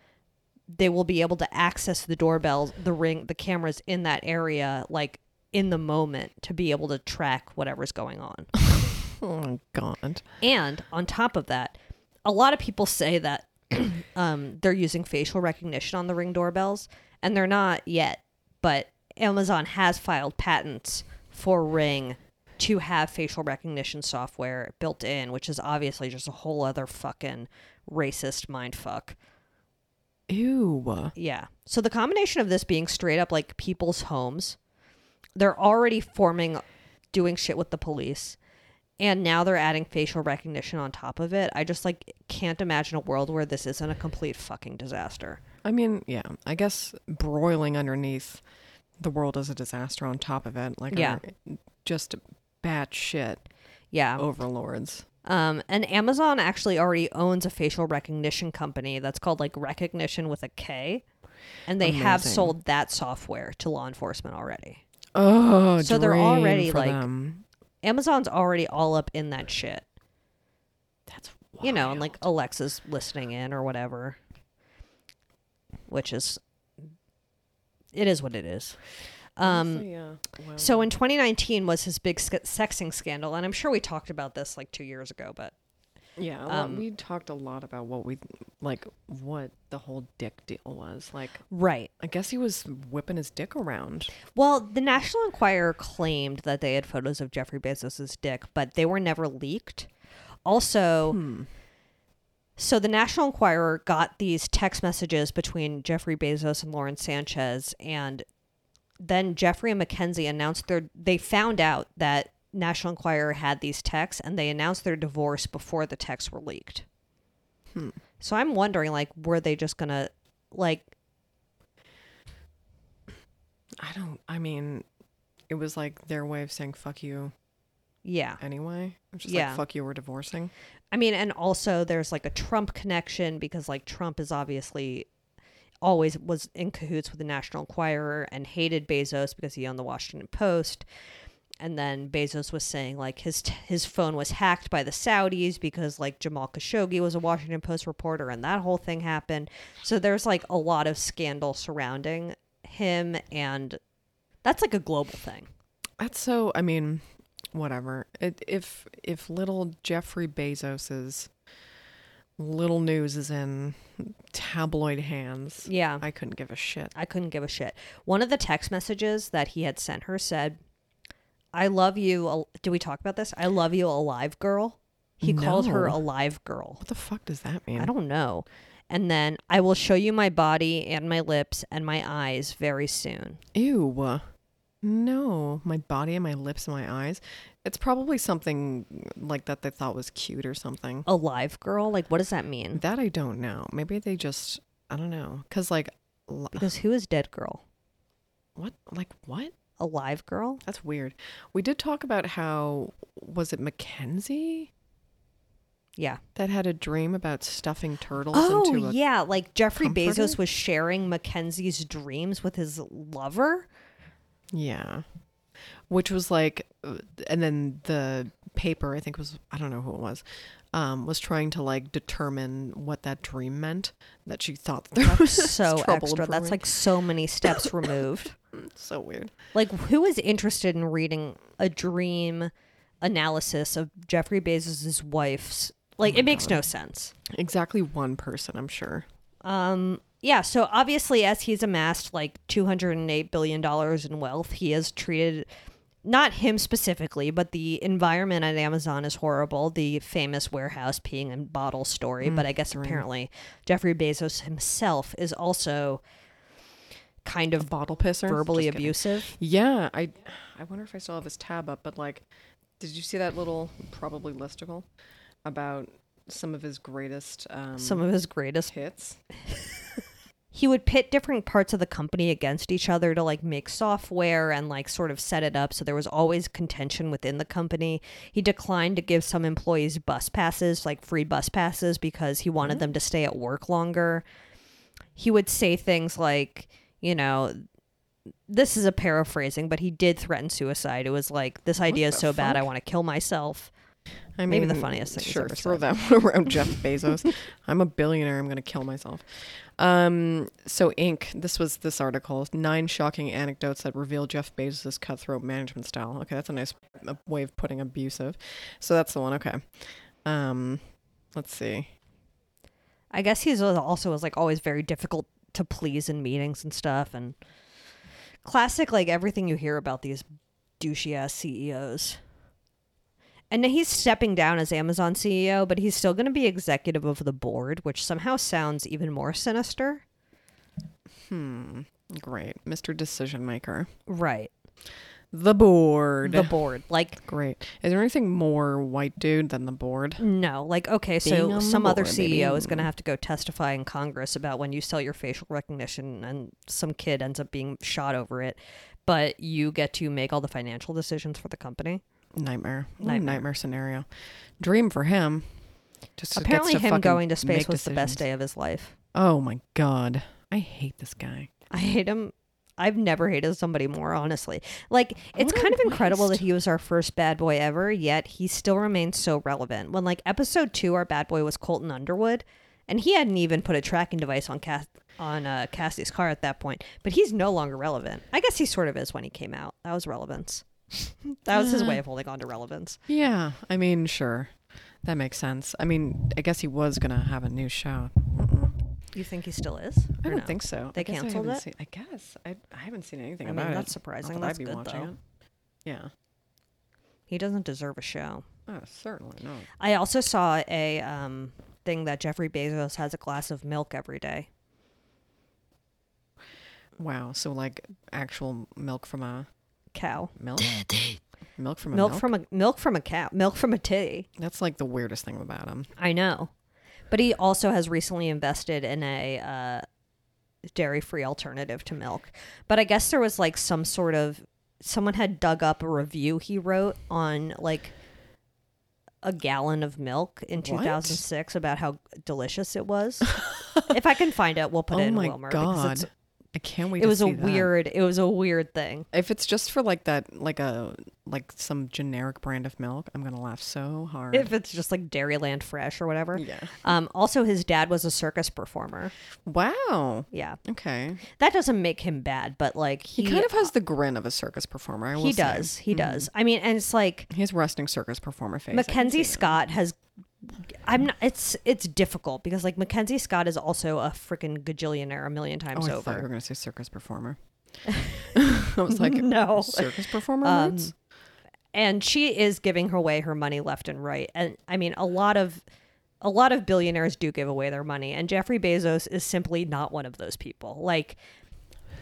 they will be able to access the doorbells, the ring, the cameras in that area like in the moment to be able to track whatever's going on.
Oh my god.
And on top of that, [CLEARS THROAT] a lot of people say that um, they're using facial recognition on the ring doorbells, and they're not yet. But Amazon has filed patents for Ring to have facial recognition software built in, which is obviously just a whole other fucking racist mind fuck.
Ew.
Yeah. So the combination of this being straight up like people's homes, they're already forming, doing shit with the police, and now they're adding facial recognition on top of it. I just like can't imagine a world where this isn't a complete fucking disaster.
I mean, yeah, I guess broiling underneath the world is a disaster on top of it. Like,
Yeah.
under- just bad shit
Yeah.
Oh. overlords.
Um, and Amazon actually already owns a facial recognition company that's called like Recognition with a K, and they have
Amazing.
sold that software to law enforcement already.
Oh,
So they're
dream
already,
for
like-
them.
Amazon's already all up in that shit.
That's
you know, and like Alexa's listening in or whatever, which is it is what it is. Um, so in 2019 was his big sc- sexing scandal, and I'm sure we talked about this like two years ago, but
yeah, a lot-
Um,
we talked a lot about what we like, what the whole dick deal was. Like,
right.
I guess he was whipping his dick around.
Well, the National Enquirer claimed that they had photos of Jeffrey Bezos's dick, but they were never leaked. Also, so the National Enquirer got these text messages between Jeffrey Bezos and Lauren Sanchez, and then Jeffrey and Mackenzie announced their. They found out that National Enquirer had these texts, and they announced their divorce before the texts were leaked. So I'm wondering, like, were they just gonna, like,
I don't. I mean, it was like their way of saying "fuck you"
yeah?
anyway. It was just
Yeah.
like "fuck you," we're divorcing.
I mean, and also there's like a Trump connection because like Trump is obviously always was in cahoots with the National Enquirer and hated Bezos because he owned the Washington Post. And then Bezos was saying like his his phone was hacked by the Saudis because like Jamal Khashoggi was a Washington Post reporter and that whole thing happened. So there's like a lot of scandal surrounding him and that's like a global thing.
That's so. I mean, whatever. It, if if little Jeffrey Bezos's little news is in tabloid hands,
Yeah.
I couldn't give a shit.
I couldn't give a shit. One of the text messages that he had sent her said, "I love you." al- Did we talk about this? "I love you, alive girl." He called her
No.
alive girl.
What the fuck does that mean?
I don't know. And then I will show you my body and my lips and my eyes very soon.
Ew. No, my body and my lips and my eyes. It's probably something like that they thought was cute or something.
Alive girl? Like what does that mean?
That I don't know. Maybe they just I don't know. Cause like, li-
Because who is dead girl?
what? Like what?
Alive girl?
That's weird. We did talk about how was it Mackenzie
Yeah.
that had a dream about stuffing turtles into
Oh
a
yeah, like Jeffrey
comforter?
Bezos was sharing Mackenzie's dreams with his
[LAUGHS]
lover.
yeah, which was like, uh, and then the paper I think was I don't know who it was, um, was trying to like determine what that dream meant that she thought there [LAUGHS] was
So
trouble
extra. That's
brewing.
like so many steps removed.
so weird.
Like, who is interested in reading a dream analysis of Jeffrey Bezos' wife's? Like,
Oh
it makes no sense.
Exactly one person I'm sure.
Um, yeah. So obviously, as he's amassed like two hundred and eight billion dollars in wealth, he has treated not him specifically, but the environment at Amazon is horrible. The famous warehouse peeing in bottle story. but I
Mm,
guess apparently Jeffrey Bezos himself is also kind of
Bottle pisser.
verbally
Just kidding.
abusive.
Yeah, I I wonder if I still have his tab up, but like did you see that little probably listicle about some of his greatest um
Some of his greatest
hits?
he would pit different parts of the company against each other to like make software and like sort of set it up so there was always contention within the company he declined to give some employees bus passes like free bus passes because he
Mm-hmm.
wanted them to stay at work longer he would say things like you know this is a paraphrasing but he did threaten suicide it was like this idea is
the
so bad i
fuck?
want to kill myself
I
Maybe the funniest thing he's
Sure,
ever
throw
said.
that [LAUGHS] one around Jeff
[LAUGHS]
Bezos. I'm a billionaire. I'm gonna kill myself. Um, so Inc. This was this article: nine shocking anecdotes that reveal Jeff Bezos' cutthroat management style. Okay, that's a nice uh, way of putting abusive. So that's the one. Okay. Um, let's see.
I guess he's al- also was like always very difficult to please in meetings and stuff. And classic, like everything you hear about these douchey ass CEOs. And now he's stepping down as Amazon CEO, but he's still going to be executive of the board, which somehow sounds even more sinister.
Hmm, Great. Mr. Decision Maker.
Right.
The board.
The board. Like,
Great. Is there anything more white dude than the board?
no. Like, okay,
Being
so
on the
some other
board,
CEO
baby.
is going to have to go testify in Congress about when you sell your facial recognition and some kid ends up being shot over it, but you get to make all the financial decisions for the company.
Nightmare. What a
Nightmare.
Nightmare scenario. Dream for him. Just to- gets
Apparently,
to
him
fucking
going to space
make
was the best
decisions.
day of his life.
Oh my god. I hate this guy.
I hate him. I've never hated somebody more, honestly. Like, it's kind of incredible that he was our first bad boy ever, yet he still remains so relevant. When, like, episode two, our bad boy was Colton Underwood, and he hadn't even put a tracking device on Cass- on uh, Cassie's car at that point, but he's no longer relevant. I guess he sort of is when he came out. That was relevance. [LAUGHS] that was his way of holding on to relevance.
Yeah. I mean, sure. That makes sense. I mean, I guess he was gonna have a new show.
You think he still is?
I
Or
don't
no?
think so.
They
I guess I
canceled
haven't
it?
seen- I guess I, I haven't seen anything
I mean,
about it.
that's
Not
surprising.
that
That's
I'd be
good,
watching
though.
it. Yeah.
He doesn't deserve a show.
Oh, certainly not.
I also saw a um, thing that Jeffrey Bezos has a glass of milk every day.
Wow. So like actual milk from a
Cow.
milk. Milk from a milk.
Milk from a milk from a cow. Milk from a tea.
That's like the weirdest thing about him.
I know. But he also has recently invested in a uh, dairy free alternative to milk. But I guess there was like some sort of someone had dug up a review he wrote on like a gallon of milk in
What?
2006 about how delicious it was. if I can find it, we'll put it
oh
in
my
Wilmer because
god.
it's
I can't wait.
it
to
was a
see that.
weird it was a weird thing
If it's just for like that, like a like some generic brand of milk, I'm gonna laugh so hard.
if it's just like dairyland fresh or whatever
Yeah.
um also his dad was a circus performer
wow.
yeah
Okay.
that doesn't make him bad but like he, uh,
He, kind of has the grin of a circus performer. I will
he
say.
does he does i mean and it's like
He has resting circus performer face. I can
mackenzie
see
scott has i'm not it's it's difficult because like mackenzie scott is also a freaking gajillionaire a million
that. Oh,
times
I thought you
[LAUGHS]
were
over
gonna say circus performer. I was like,
No.
circus performer. roots?
and she is giving away her money left and right and i mean a lot of a lot of billionaires do give away their money and jeffrey bezos is simply not one of those people like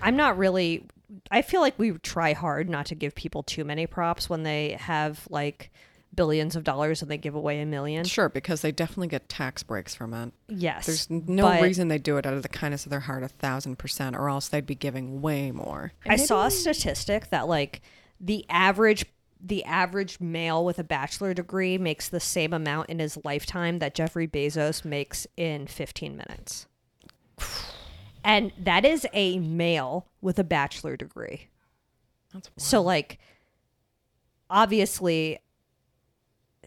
i'm not really i feel like we try hard not to give people too many props when they have like billions of dollars and they give away a million
Sure, because they definitely get tax breaks from it.
yes
There's no
but-
reason they do it out of the kindness of their heart, a thousand percent, or else they'd be giving way more.
I saw a statistic that like the average the average male with a bachelor degree makes the same amount in his lifetime that Jeffrey Bezos makes in 15 minutes. [SIGHS] And that is a male with a bachelor degree.
That's wild.
So like obviously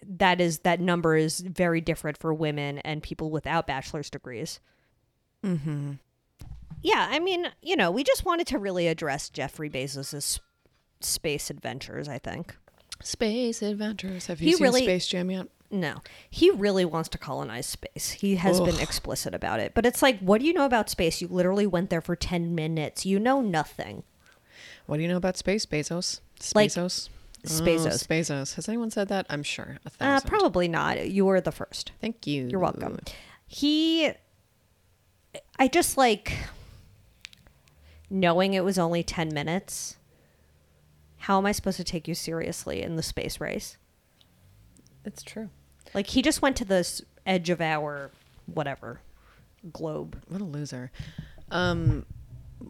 that is that number is very different for women and people without bachelor's degrees. Mhm. Yeah, I mean, you know, we just wanted to really address Jeffrey Bezos's space adventures, I think.
Space adventures. Have you
He
seen
really-
Space Jam yet?
No. He really wants to colonize space. He has been explicit about it. But it's like, what do you know about space? You literally went there for 10 minutes. You know nothing.
What do you know about space, Bezos?
Like,
Spazos.
Spazos.
Oh, Spazos. Has anyone said that? I'm sure. A
Uh,
thousand.
probably not. You were the first.
Thank you.
You're welcome. He, I just like knowing it was only 10 minutes. How am I supposed to take you seriously in the space race?
It's true.
Like, he just went to this edge of our whatever globe.
What a loser. Um,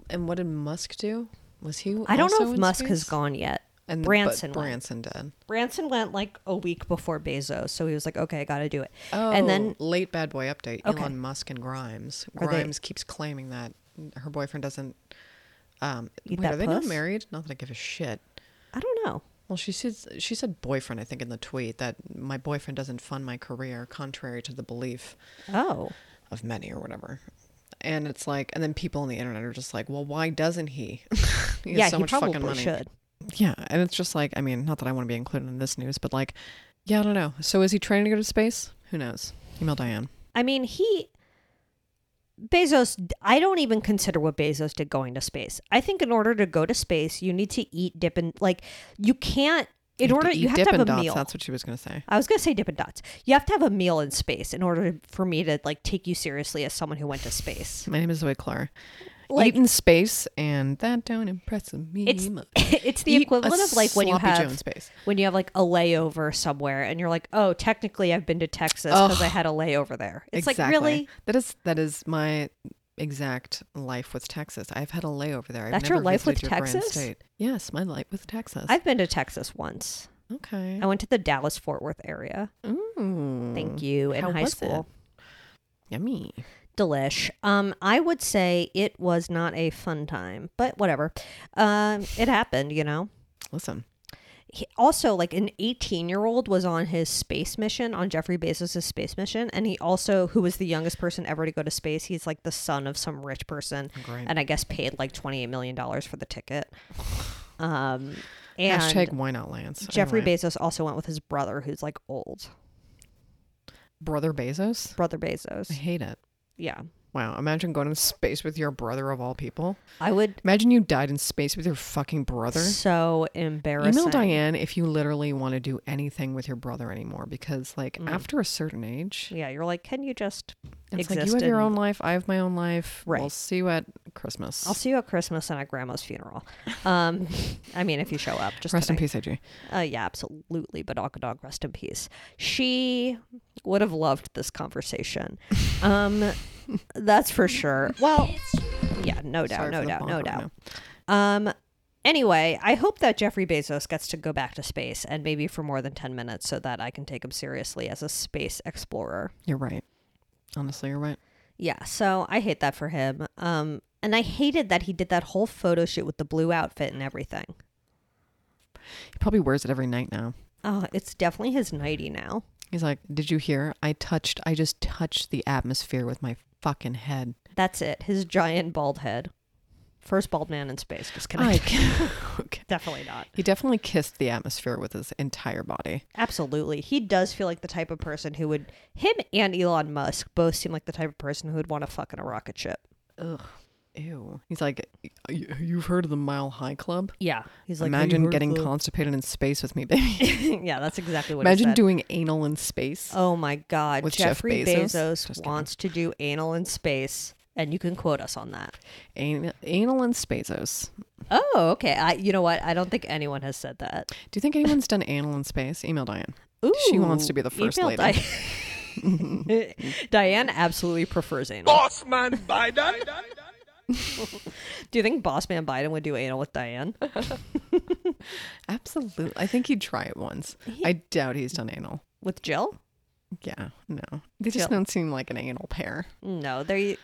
and what did Musk do? Was he?
I don't
also
know if
in
Musk has
space?
gone yet.
And but
Branson went.
Branson did.
Branson went like a week before Bezos, so he was like, "Okay, I got to do it."
Oh,
and then
late bad boy update.
Okay.
Elon Musk and Grimes.
Are they-
Grimes keeps claiming that her boyfriend doesn't. Um,
Eat
wait,
that
are they not
puss?
married? Not that I give a shit.
I don't know.
Well, she says she said boyfriend. I think in the tweet that my boyfriend doesn't fund my career, contrary to the belief
Oh,
of many or whatever. And it's like, and then people on the internet are just like, well, why doesn't he? [LAUGHS] he has
yeah,
so
he
much fucking
probably
money.
should.
Yeah, and it's just like, I mean, not that I want to be included in this news, but like, yeah, I don't know. So is he training to go to space? Who knows? Email Diane.
I mean, he Bezos, I don't even consider what Bezos did going to space. I think in order to go to space, you need to eat, dip, and like you can't. In order,
eat
you have
Dippin'
to have a
dots.
meal.
That's what she was gonna say.
I was gonna say Dippin' Dots. You have to have a meal in space in order for me to like take you seriously as someone who went to
[LAUGHS]
space.
My name is Zoe Clark.
Like-
Eat in space, and that don't impress me
It's
much.
[LAUGHS] it's the
Eat a
equivalent of like when you
sloppy Joe in
have
space.
when you have like a layover somewhere and you're like, oh, technically I've been to Texas because I had a layover there. It's like really
that is that is my exact life with Texas. I've had a layover there. I've
That's
never
your life with
visited your grand
Texas?
state. Yes, my life with Texas.
I've been to Texas once.
okay.
I went to the Dallas Fort Worth area.
Ooh,
Thank you in
Mm. How
high
was it?
school.
Yummy.
delish. Um, I would say it was not a fun time, but whatever. Um, it happened, you know.
Listen,
He, also, like an 18 year old was on his space mission, on Jeffrey Bezos' space mission, and he also, who was the youngest person ever to go to space, he's like the son of some rich person,
Great.
and I guess paid like 28 million dollars for the
[SIGHS]
ticket. Um, and
hashtag why not Lance?
Jeffrey
Anyway,
Bezos also went with his brother, who's like old,
brother Bezos.
brother
I
Bezos.
hate it.
Yeah,
Wow, imagine going to space with your brother of all people.
I would.
Imagine you died in space with your fucking brother.
So embarrassing.
Email Diane if you literally want to do anything with your brother anymore because, like,
Mm.
after a certain age,
Yeah, you're like, can you just
it's
exist?
like you have your
and-
own life, I have my own life. We'll
Right.
see you at Christmas.
I'll see you at Christmas and at Grandma's funeral. Um, I mean, if you show up, just
Rest in
kidding.
peace, AJ.
Uh, yeah, absolutely. But Dog Dog, rest in peace. She would have loved this conversation. Um, that's for sure. Well, yeah, no doubt,
Sorry for
no
the
doubt, no
honk right
doubt. Um, anyway, I hope that Jeffrey Bezos gets to go back to space and maybe for more than ten minutes, so that I can take him seriously as a space explorer.
You're right. Honestly, you're right.
Yeah, so I hate that for him. Um, and I hated that he did that whole photo shoot with the blue outfit and everything.
He probably wears it every night now.
Oh, it's definitely his nighty now.
He's like, Did you hear? I touched, I just touched the atmosphere with my fucking head.
That's it. His giant bald head. First bald man in space. Just kidding. [LAUGHS]
[LAUGHS] I can- okay.
Definitely not.
He definitely kissed the atmosphere with his entire body.
Absolutely. He does feel like the type of person who would, him and Elon Musk both seem like the type of person who would want to fuck in a rocket ship.
Ugh. Ew. He's like, "Y- You've heard of the Mile High Club?
Yeah. He's like,
Imagine
"Hey,
getting
we're
constipated in space with me, baby.
cool." [LAUGHS] yeah, that's exactly what he
Imagine
said.
doing anal in space.
Oh my God.
With Jeff
Jeffrey
Bezos?
Bezos,
Just kidding.
wants to do anal in space. And you can quote us on that.
Anal, anal in spazos.
Oh, okay. I, you know what? I don't think anyone has said that.
Do you think anyone's done anal in space? Email Diane.
Ooh,
She wants to be the first
email
lady.
Di- [LAUGHS] Diane absolutely prefers
[LAUGHS]
anal.
Boss man
[LAUGHS]
Biden.
Do you think Boss Man Biden would do anal with Diane?
Absolutely. I think he'd try it once. I doubt he's done anal.
With Jill?
Yeah, no. They just
Jill-
don't seem like an anal pair. [LAUGHS]
No, they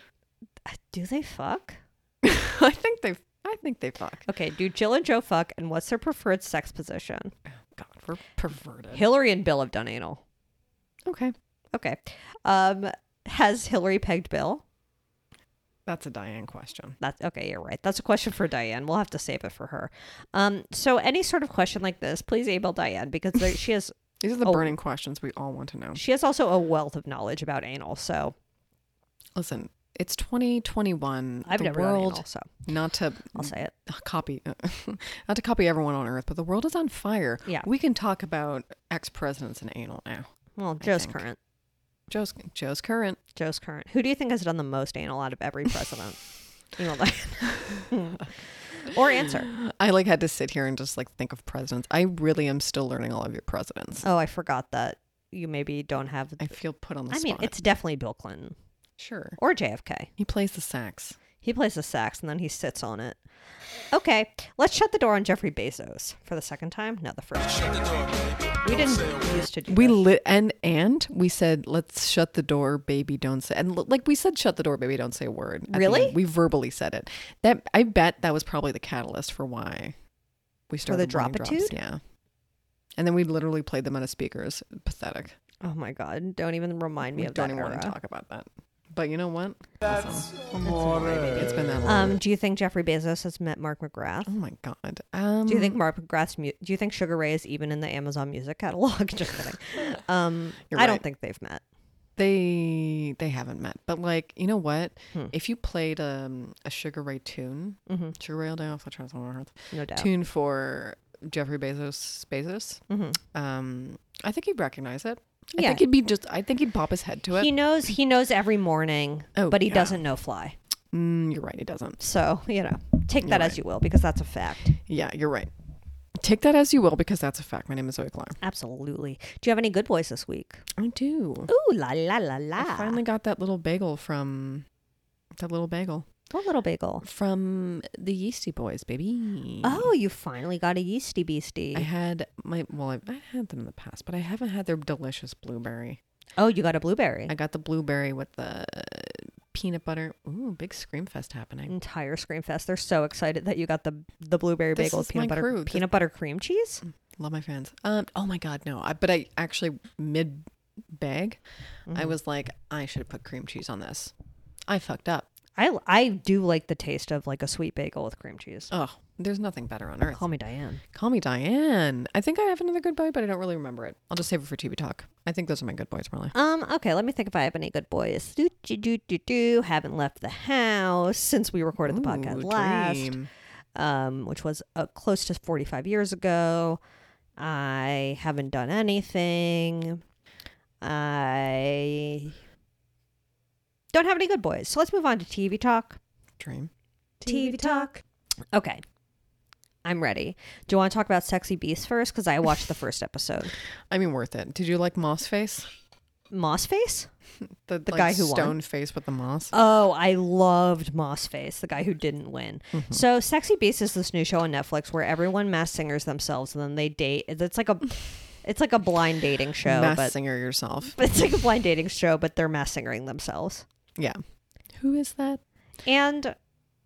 do they fuck?
I think they I think they fuck.
Okay, do Jill and Joe fuck? And what's their preferred sex position?
Oh, God, we're perverted.
Hillary and Bill have done anal.
Okay.
Okay, um, has Hillary pegged Bill?
That's a Diane question.
That's okay. You're right. That's a question for Diane. We'll have to save it for her. Um, so any sort of question like this, please email Diane because there, she has
These are the
Oh.
burning questions we all want to know.
she has also a wealth of knowledge about anal. So
Listen, it's 2021.
I've
the
never done
world,
anal, so
not to
I'll say it.
[LAUGHS] copy not to copy everyone on earth, but the world is on fire.
Yeah.
We can talk about ex-presidents and anal now.
Well, Joe's
think.
current.
Joe's Joe's current.
Joe's current. Who do you think has done the most anal out of every
[LAUGHS]
president? Email Diane. [LAUGHS] or answer.
I like had to sit here and just like think of presidents. I really am still learning all of your presidents.
Oh, I forgot that you maybe don't have.
I feel put on the
I mean,
spot.
it's definitely Bill Clinton
sure.
or JFK.
He plays the sax.
He plays the sax and then he sits on it. Okay, let's shut the door on Jeffrey Bezos for the second time. No, the first. Shut the door, We didn't used to do.
We
this.
lit and and we said let's shut the door, baby. Don't say and l- like we said, shut the door, baby. Don't say a word. at the
Really?
end. We verbally said it. That I bet that was probably the catalyst for why we started
the
morning
dropitude?
drops. Yeah, and then we literally played them on a speakers. Pathetic.
Oh my god! Don't even remind me
We
of
don't
that
even
era.
want to talk about that. But you know what? Listen,
Amore.
it's been that long.
Um, do you think Jeffrey Bezos has met Mark McGrath?
oh my god. Um,
Do you think Mark McGrath's mu- Do you think Sugar Ray is even in the Amazon Music catalog? [LAUGHS] Just kidding. Um,
[LAUGHS] You're
I don't
right.
think they've met.
They they haven't met, but like you know what?
Hmm.
If you played um, a Sugar Ray tune, Sugar Ray All Day Off, I try to Earth,
Mm-hmm. No doubt.
tune for Jeffrey Bezos, Bezos, um, I think he'd recognize it. I
Mm-hmm. Yeah.
think he'd be just. I think he'd pop his head to it.
He knows he knows every morning,
Oh,
but he
yeah.
doesn't know fly.
Mm, you're right. He doesn't.
So you know, take that as you will because that's a fact.
Yeah, you're right. Take that as you will, because that's a fact. My name is Zoe Clark.
Absolutely. Do you have any good boys this week?
I do.
Ooh la la la la!
I finally got that little bagel from that little bagel
what little bagel?
from the Yeasty Boys, baby.
Oh, you finally got a yeasty beastie.
I had my well, I've I had them in the past, but I haven't had their delicious blueberry.
oh, you got a blueberry.
I got the blueberry with the peanut butter. Ooh, big scream fest happening.
Entire Scream Fest. They're so excited that you got the the blueberry
This
bagel with
is
peanut
my
butter
crew. Mm. This-
peanut butter cream cheese.
Love my fans. Um, oh my god, no. I, but I actually mid bag,
Mm-hmm.
I was like, I should have put cream cheese on this. I fucked up.
I I do like the taste of like a sweet bagel with cream cheese.
Oh, there's nothing better on earth.
Call me Diane.
Call me Diane. I think I have another good boy, but I don't really remember it. I'll just save it for TV talk. I think those are my good boys, really.
Um, okay, let me think if I have any good boys. Do, do, do, do, do. Haven't left the house since we recorded the podcast
Ooh,
last,
dream.
um, which was uh, close to 45 years ago. I haven't done anything. I don't have any good boys. So let's move on to TV talk.
Dream.
TV talk. Okay. I'm ready. Do you want to talk about Sexy Beast first? Because I watched the first episode.
I mean, worth it. Did you like Moss Face?
Moss Face?
The,
The
like,
guy who won?
stone face with the moss.
Oh, I loved Mossface, the guy who didn't win.
Mm-hmm.
So, Sexy Beast is this new show on Netflix where everyone mass singers themselves and then they date. It's
[LAUGHS]
like a, it's like a blind dating show,
Mass
but
singer yourself.
but it's like a blind dating show, but they're mass singering themselves,
Yeah. Who is that?
and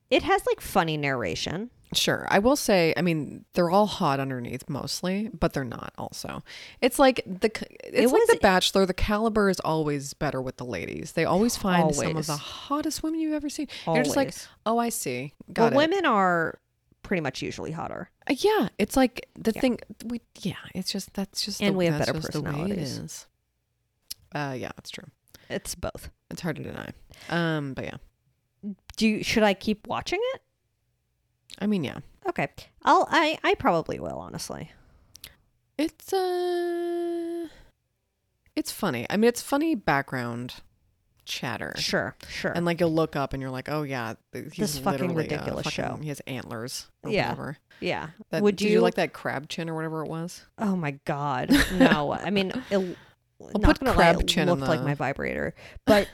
it has like funny narration.
Sure. I will say, I mean, they're all hot underneath mostly, but they're not also. It's like the c- it's like
was-
the bachelor, the caliber is always better with the ladies. They always find some of
Always.
the hottest women you've ever seen. You're just like,
Always.
"Oh, I see.
well,
Got it."
women are pretty much usually hotter.
Uh, Yeah, it's like the thing we yeah, it's just that's just
And
the,
we have
that's
better
just the way it
personalities.
is. Uh yeah, that's true.
It's both.
It's hard to deny. Um but yeah.
Do you, should I keep watching it?
I mean, yeah.
Okay, I'll I I probably will honestly.
It's uh it's funny. I mean, it's funny background chatter.
Sure, sure.
And like you'll look up and you're like, "Oh yeah, th- he's
This fucking
literally a
ridiculous
fucking-
show.
He has antlers or
Yeah.
whatever.
yeah.
That,
Would
did you like that crab chin or whatever it was?
Oh my
[LAUGHS]
god, no! I mean, it, not
put
gonna lie,
crab
it
chin in
looked like
the-
my vibrator.
[LAUGHS]
But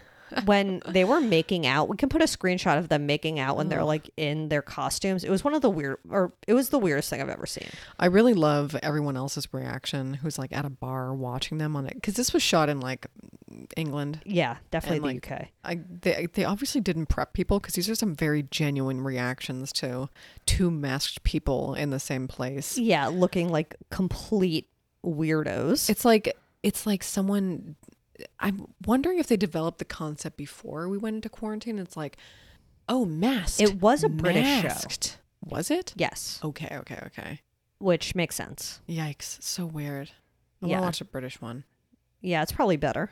when they were making out, we can put a screenshot of them making out when they're like in their costumes. It was one of the weird, or it was the weirdest thing I've ever seen.
I really love everyone else's reaction who's like at a bar watching them on it cuz this was shot in like England.
Yeah,
And,
definitely
like,
the UK.
I they they obviously didn't prep people because these are some very genuine reactions to two masked people in the same place.
Yeah, looking like complete weirdos.
It's like it's like someone. I'm wondering if they developed the concept before we went into quarantine. It's like, oh, masked.
It was a British show.
masked. Was it?
yes,
Okay, okay, okay.
which makes sense.
Yikes! So weird.
Yeah.
I want to watch a British one.
Yeah, it's probably better.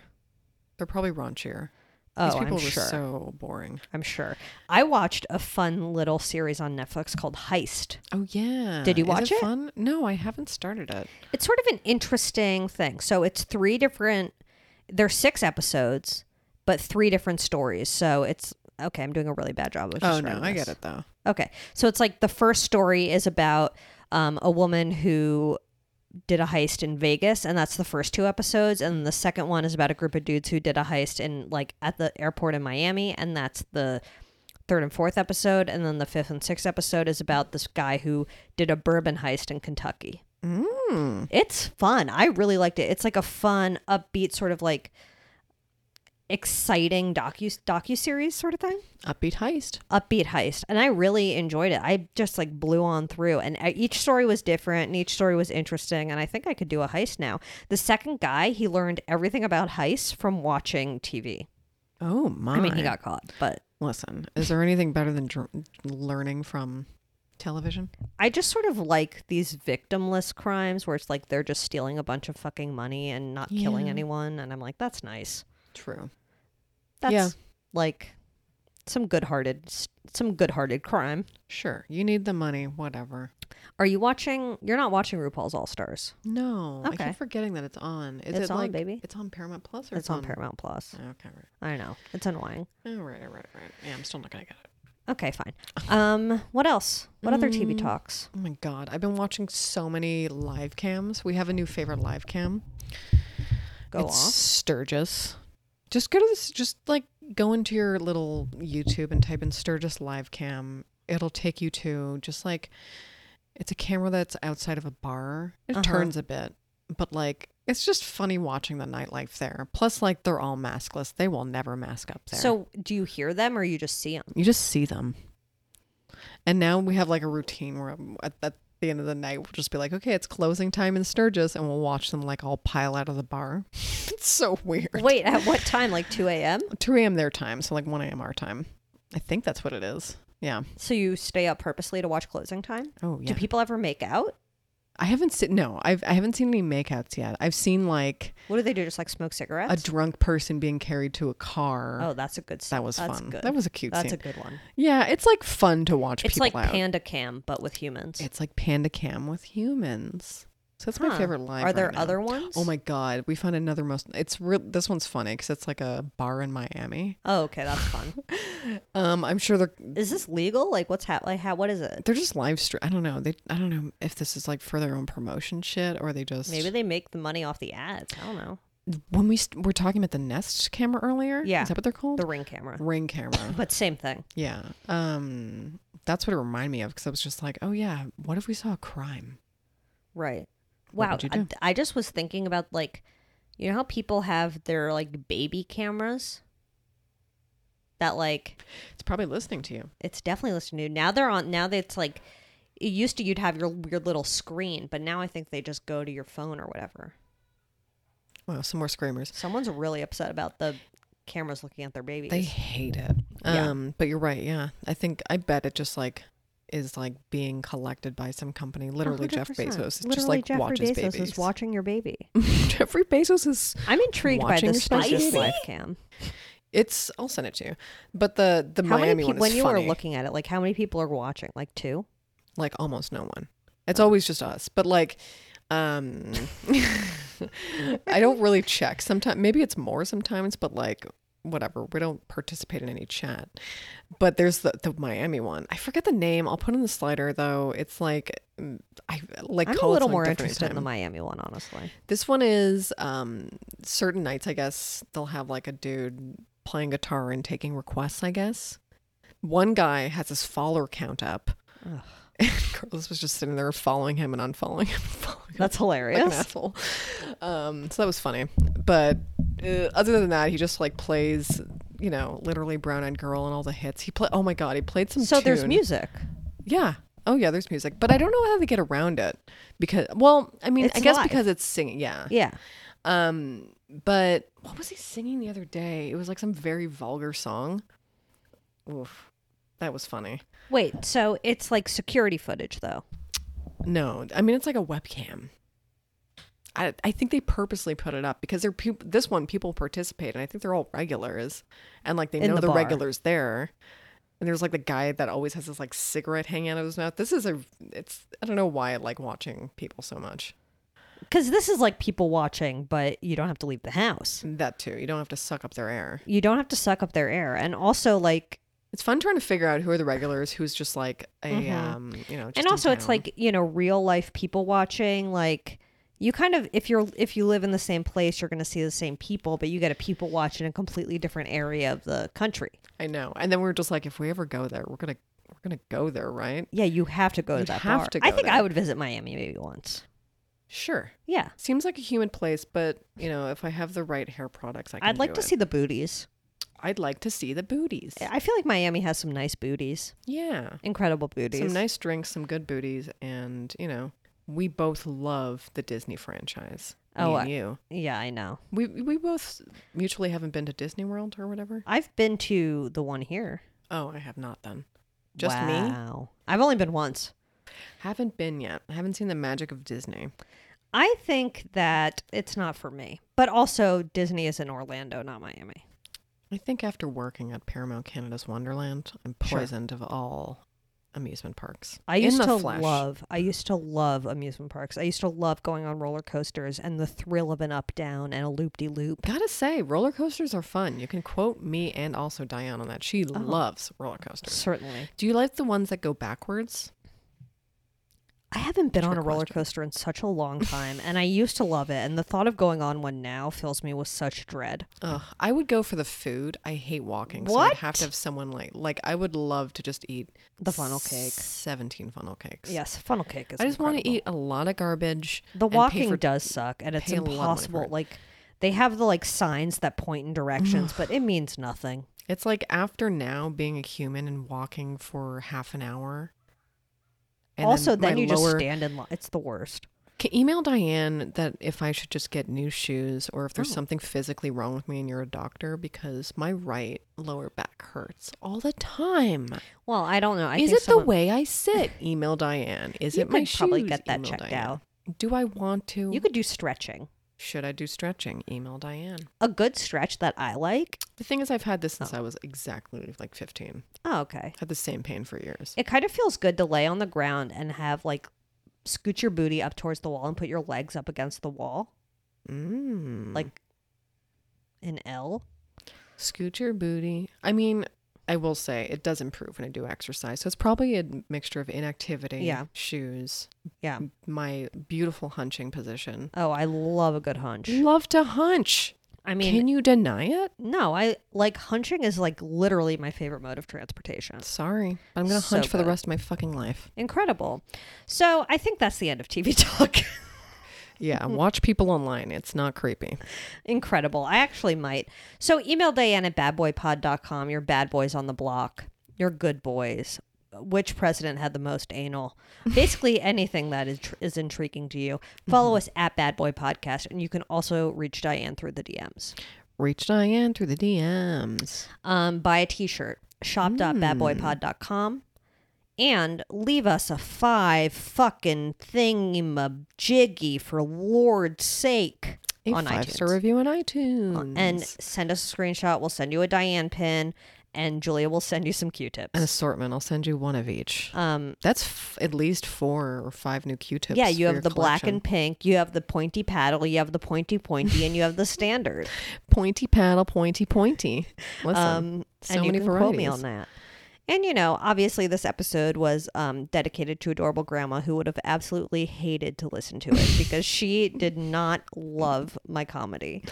They're probably raunchier.
Oh,
These people
I'm
were
sure.
so boring.
I'm sure. I watched a fun little series on Netflix called Heist.
Oh yeah.
Did you
Is
watch it?
Fun? No, I haven't started it.
it's sort of an interesting thing. So it's three different. There's six episodes, but three different stories. So it's okay. I'm doing a really bad job. Of
Oh
just
no,
running
I
this.
get it though.
Okay, so it's like the first story is about um, a woman who did a heist in Vegas, and that's the first two episodes. And the second one is about a group of dudes who did a heist in like at the airport in Miami, and that's the third and fourth episode. And then the fifth and sixth episode is about this guy who did a bourbon heist in Kentucky.
Mm.
It's fun. I really liked it. It's like a fun, upbeat, sort of like exciting docu docu series sort of thing.
Upbeat heist.
Upbeat heist, and I really enjoyed it. I just like blew on through, and uh, each story was different, and each story was interesting. And I think I could do a heist now. The second guy, he learned everything about heists from watching TV.
Oh my!
I mean, he got caught, but
Listen, is there anything better than dr- learning from television?
I just sort of like these victimless crimes where it's like they're just stealing a bunch of fucking money and not killing
Yeah.
anyone, and I'm like, that's nice.
True.
That's
Yeah.
like some good-hearted some good-hearted crime.
Sure. You need the money, whatever.
Are you watching You're not watching RuPaul's All-Stars.
No, I
Okay.
keep forgetting that it's on. Is
It's
it
on,
like,
baby.
It's on Paramount Plus or
It's on Paramount Plus.
Okay, right.
I don't know. It's annoying.
All right, all right, all right. Yeah, I'm still not gonna get it.
Okay, fine. Um, what else? What other TV talks?
Oh my god, I've been watching so many live cams. We have a new favorite live cam.
Go
it's
off.
Sturgis. Just go to this. Just like go into your little YouTube and type in Sturgis live cam. It'll take you to just like it's a camera that's outside of a bar. It
Uh-huh.
turns a bit, but like it's just funny watching the nightlife there. Plus, like they're all maskless. They will never mask up there.
So, do you hear them or you just see them?
you just see them. And now we have like a routine where um, at, at the end of the night we'll just be like, okay, it's closing time in Sturgis, and we'll watch them like all pile out of the bar. [LAUGHS] it's so weird.
Wait, at
[LAUGHS]
what time? Like 2 a.m.?
2 a.m. their time, so like 1 a.m. our time. I think that's what it is. Yeah.
So, you stay up purposely to watch closing time?
Oh
Do people ever make out?
I haven't seen. No, I've I haven't seen any makeouts yet. I've seen like
What do they do? Just like smoke cigarettes?
a drunk person being carried to a car.
oh, that's a good scene.
that was
That's
fun.
Good.
That was a cute
That's
scene.
a good one.
yeah, it's like fun to watch.
It's
people
like
out.
Panda Cam, but with humans.
It's like panda cam with humans. So that's my
Huh.
favorite live.
Are there
right now.
other ones?
Oh my god, we found another most. It's real. This one's funny because it's like a bar in Miami.
Oh, okay. That's
[LAUGHS]
fun.
Um, I'm sure they're
is this legal? Like, what's hap Like, how, what is it?
they're just live stream. I don't know. They I don't know if this is like for their own promotion shit or they just
Maybe they make the money off the ads. I don't know.
when we st- were talking about the Nest camera earlier.
Yeah.
is that what they're called?
The ring camera. [LAUGHS]
Ring camera.
But same thing.
yeah. Um, that's what it reminded me of because I was just like, oh yeah, what if we saw a crime?
Right.
What
Wow.
would you
I-
do?
I, just was thinking about like, you know how people have their like baby cameras that like
It's probably listening to you.
it's definitely listening to you. Now they're on. Now that's like it used to. You'd have your your little screen, but now I think they just go to your phone or whatever.
Wow, some more screamers.
Someone's really upset about the cameras looking at their babies.
They hate it.
Yeah.
Um, but you're right. Yeah, I think I bet it just like is like being collected by some
Oh,
company. Literally, Jeff
100%.
Bezos. It's just
Literally
like
Jeffrey
watches
Bezos
babies.
is watching your baby.
[LAUGHS] Jeffrey Bezos is
I'm intrigued by
Watching
this
your
Sturgis
baby?
life cam.
It's. I'll send it to you. But the the
How
Miami
many
one
people?
is
When you
funny.
were looking at it, like how many people are watching? Like two.
like almost no one.
Oh.
It's always just us. But like, um, I don't really check. Sometimes maybe it's more sometimes, but like whatever. We don't participate in any chat. But there's the the Miami one. I forget the name. I'll put in the slider though. It's like mm, I like
I'm a
call it
little
something
more
different
interested in
anytime.
the Miami one,
[LAUGHS]
honestly.
This one is um, certain nights, I guess, they'll have like a dude playing guitar and taking requests, I guess. One guy has his follower count up.
Ugh.
[LAUGHS] And Carlos was just sitting there following him and unfollowing him. [LAUGHS] and Following him
That's
like an
hilarious.
asshole. Um, so that was funny. But uh, other than that, he just like plays, you know, literally Brown Eyed Girl and all the hits. He played, oh my God, he played some
so there's
tune.
music.
Yeah. Oh yeah, there's music. But I don't know how they get around it because, well, I mean, I
It's
guess
live.
because it's singing. Yeah.
Yeah.
Um, but what was he singing the other day? It was like some very vulgar song. Oof, that was funny.
Wait, so it's like security footage though.
No, I mean it's like a webcam. I I think they purposely put it up because they're peop this one people participate and I think they're all regulars and like they
In
know
the
the,
bar.
regulars there. And there's like the guy that always has his like cigarette hanging out of his mouth. This is a it's I don't know why I like watching people so much.
Cuz this is like people watching, but you don't have to leave the house.
That too. You don't have to suck up their air.
You don't have to suck up their air and also like
It's fun trying to figure out who are the regulars, who's just like a um, you know.
Mm-hmm.
Just
and
in
also it's
town.
like, you know, real life people watching like you kind of if you're if you live in the same place, you're going to see the same people, but you get a people watch in a completely different area of the country.
I know. And then we are just like, if we ever go there, we're gonna we're gonna go there, right?
Yeah, you have to go to
You'd
that bar.
have to
I
go
think
there.
I would visit Miami maybe once.
Sure.
Yeah.
Seems like a humid place, but you know, if I have the right hair products, I can
I'd like
do
to
it.
see the booties.
I'd like to see the booties.
I feel like Miami has some nice booties,
Yeah.
incredible booties.
Some nice drinks, some good booties, and you know, we both love the Disney franchise. me
Oh,
and
I-
you.
Yeah, I know.
We we both mutually haven't been to Disney World or whatever.
I've been to the one here.
Oh, I have not then. Just me?
wow. I've only been once.
Haven't been yet. I haven't seen the magic of Disney.
I think that it's not for me. But also, Disney is in Orlando, not Miami.
I think after working at Paramount Canada's Wonderland, I'm
Sure.
poisoned of all amusement parks.
I
In
used
the
to
flesh.
love. I used to love amusement parks. I used to love going on roller coasters and the thrill of an up down and a loop de loop.
Gotta say, roller coasters are fun. You can quote me and also Diane on that. She
Uh-huh.
loves roller coasters.
Certainly,
Do you like the ones that go backwards?
I haven't been on a
Trick
roller
question.
coaster in such a long time, and I used to love it. And the thought of going on one now fills me with such dread.
Ugh, I would go for the food. I hate walking. So I'd have
What?
to have someone like like I would love to just eat
The funnel cake.
Seventeen funnel cakes.
Yes, funnel cake is.
I just want to
incredible.
eat a lot of garbage.
The
and pay
walking
for-
does suck, and it's
pay a lot of money for
impossible.
it.
Like they have the like signs that point in directions, but it means nothing.
It's like after now being a human and walking for half an hour. and
also, then,
my
you just
lower-
stand in line. It's the worst.
Can email Diane that if I should just get new shoes or if there's
Oh.
something physically wrong with me and you're a doctor because my right lower back hurts all the time.
Well, I don't know. I
Is
think
it
someone-
the way I sit? Email Diane. Is
You
it my
could probably
shoes?
get that
Email
checked
Diane.
out.
Do I want to?
You could do stretching.
Should I do stretching? Email Diane.
A good stretch that I like.
The thing is, I've had this since I was exactly like 15.
Oh, okay.
Had the same pain for years.
It kind of feels good to lay on the ground and have like scoot your booty up towards the wall and put your legs up against the wall,
Mm.
like an L.
Scoot your booty. I mean, I will say it does improve when I do exercise. So it's probably a mixture of inactivity,
Yeah.
shoes,
Yeah.
my beautiful hunching position.
Oh, I love a good hunch.
Love to hunch.
I mean,
Can you deny it?
no, I like hunching is like literally my favorite mode of transportation.
Sorry. I'm going to
So
hunch for the
good.
rest of my fucking life.
Incredible. So I think that's the end of TV [LAUGHS] talk.
Yeah.
Mm-hmm.
Watch people online. It's not creepy.
Incredible. I actually might. So email Diane at badboypod.com, your bad boys on the block, your good boys. Which president had the most anal? Basically, anything that is, is intriguing to you. Follow us at Bad Boy Podcast, and you can also reach Diane through the DMs.
Reach Diane through the DMs.
Um, buy a t shirt, shop.badboypod.com, and leave us a five fucking thingy jiggy for Lord's sake
A
on
five
iTunes. Uh,
star review on iTunes.
and send us a screenshot. We'll send you a Diane pin, and Julia will send you some
an
Q-tips.
assortment. I'll send you one of each.
Um,
That's f- at least four or five new Q-tips.
yeah, you
for
have
your
the black
collection.
and pink, you have the pointy paddle, you have the pointy pointy, and you have the standard.
pointy paddle, pointy pointy. Listen,
Um,
so
and you
many
can
varieties.
quote me on that. And you know, obviously, this episode was um, dedicated to adorable grandma who would have absolutely hated to listen to it because
[LAUGHS]
she did not love my comedy,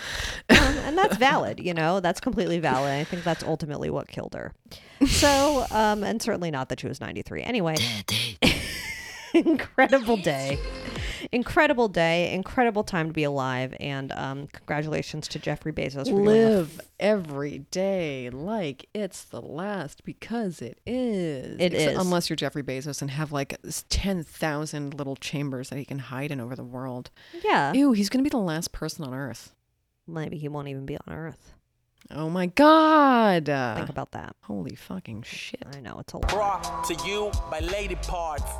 um, and that's valid. You know, that's completely valid. I think that's ultimately what killed her. So, um, and certainly not that she was ninety three. Anyway, [LAUGHS] incredible day. Incredible day, incredible time to be alive, and um, congratulations to Jeffrey Bezos for doing a
Live every day like it's the last because it is.
It is.
Unless you're Jeffrey Bezos and have like s- 10,000 little chambers that he can hide in over the world.
Yeah.
Ew, he's going to be the last person on Earth.
Maybe he won't even be on Earth.
Oh my God.
Think about that.
Holy fucking shit.
I know it's a lot.
Brought to you by Lady Parts.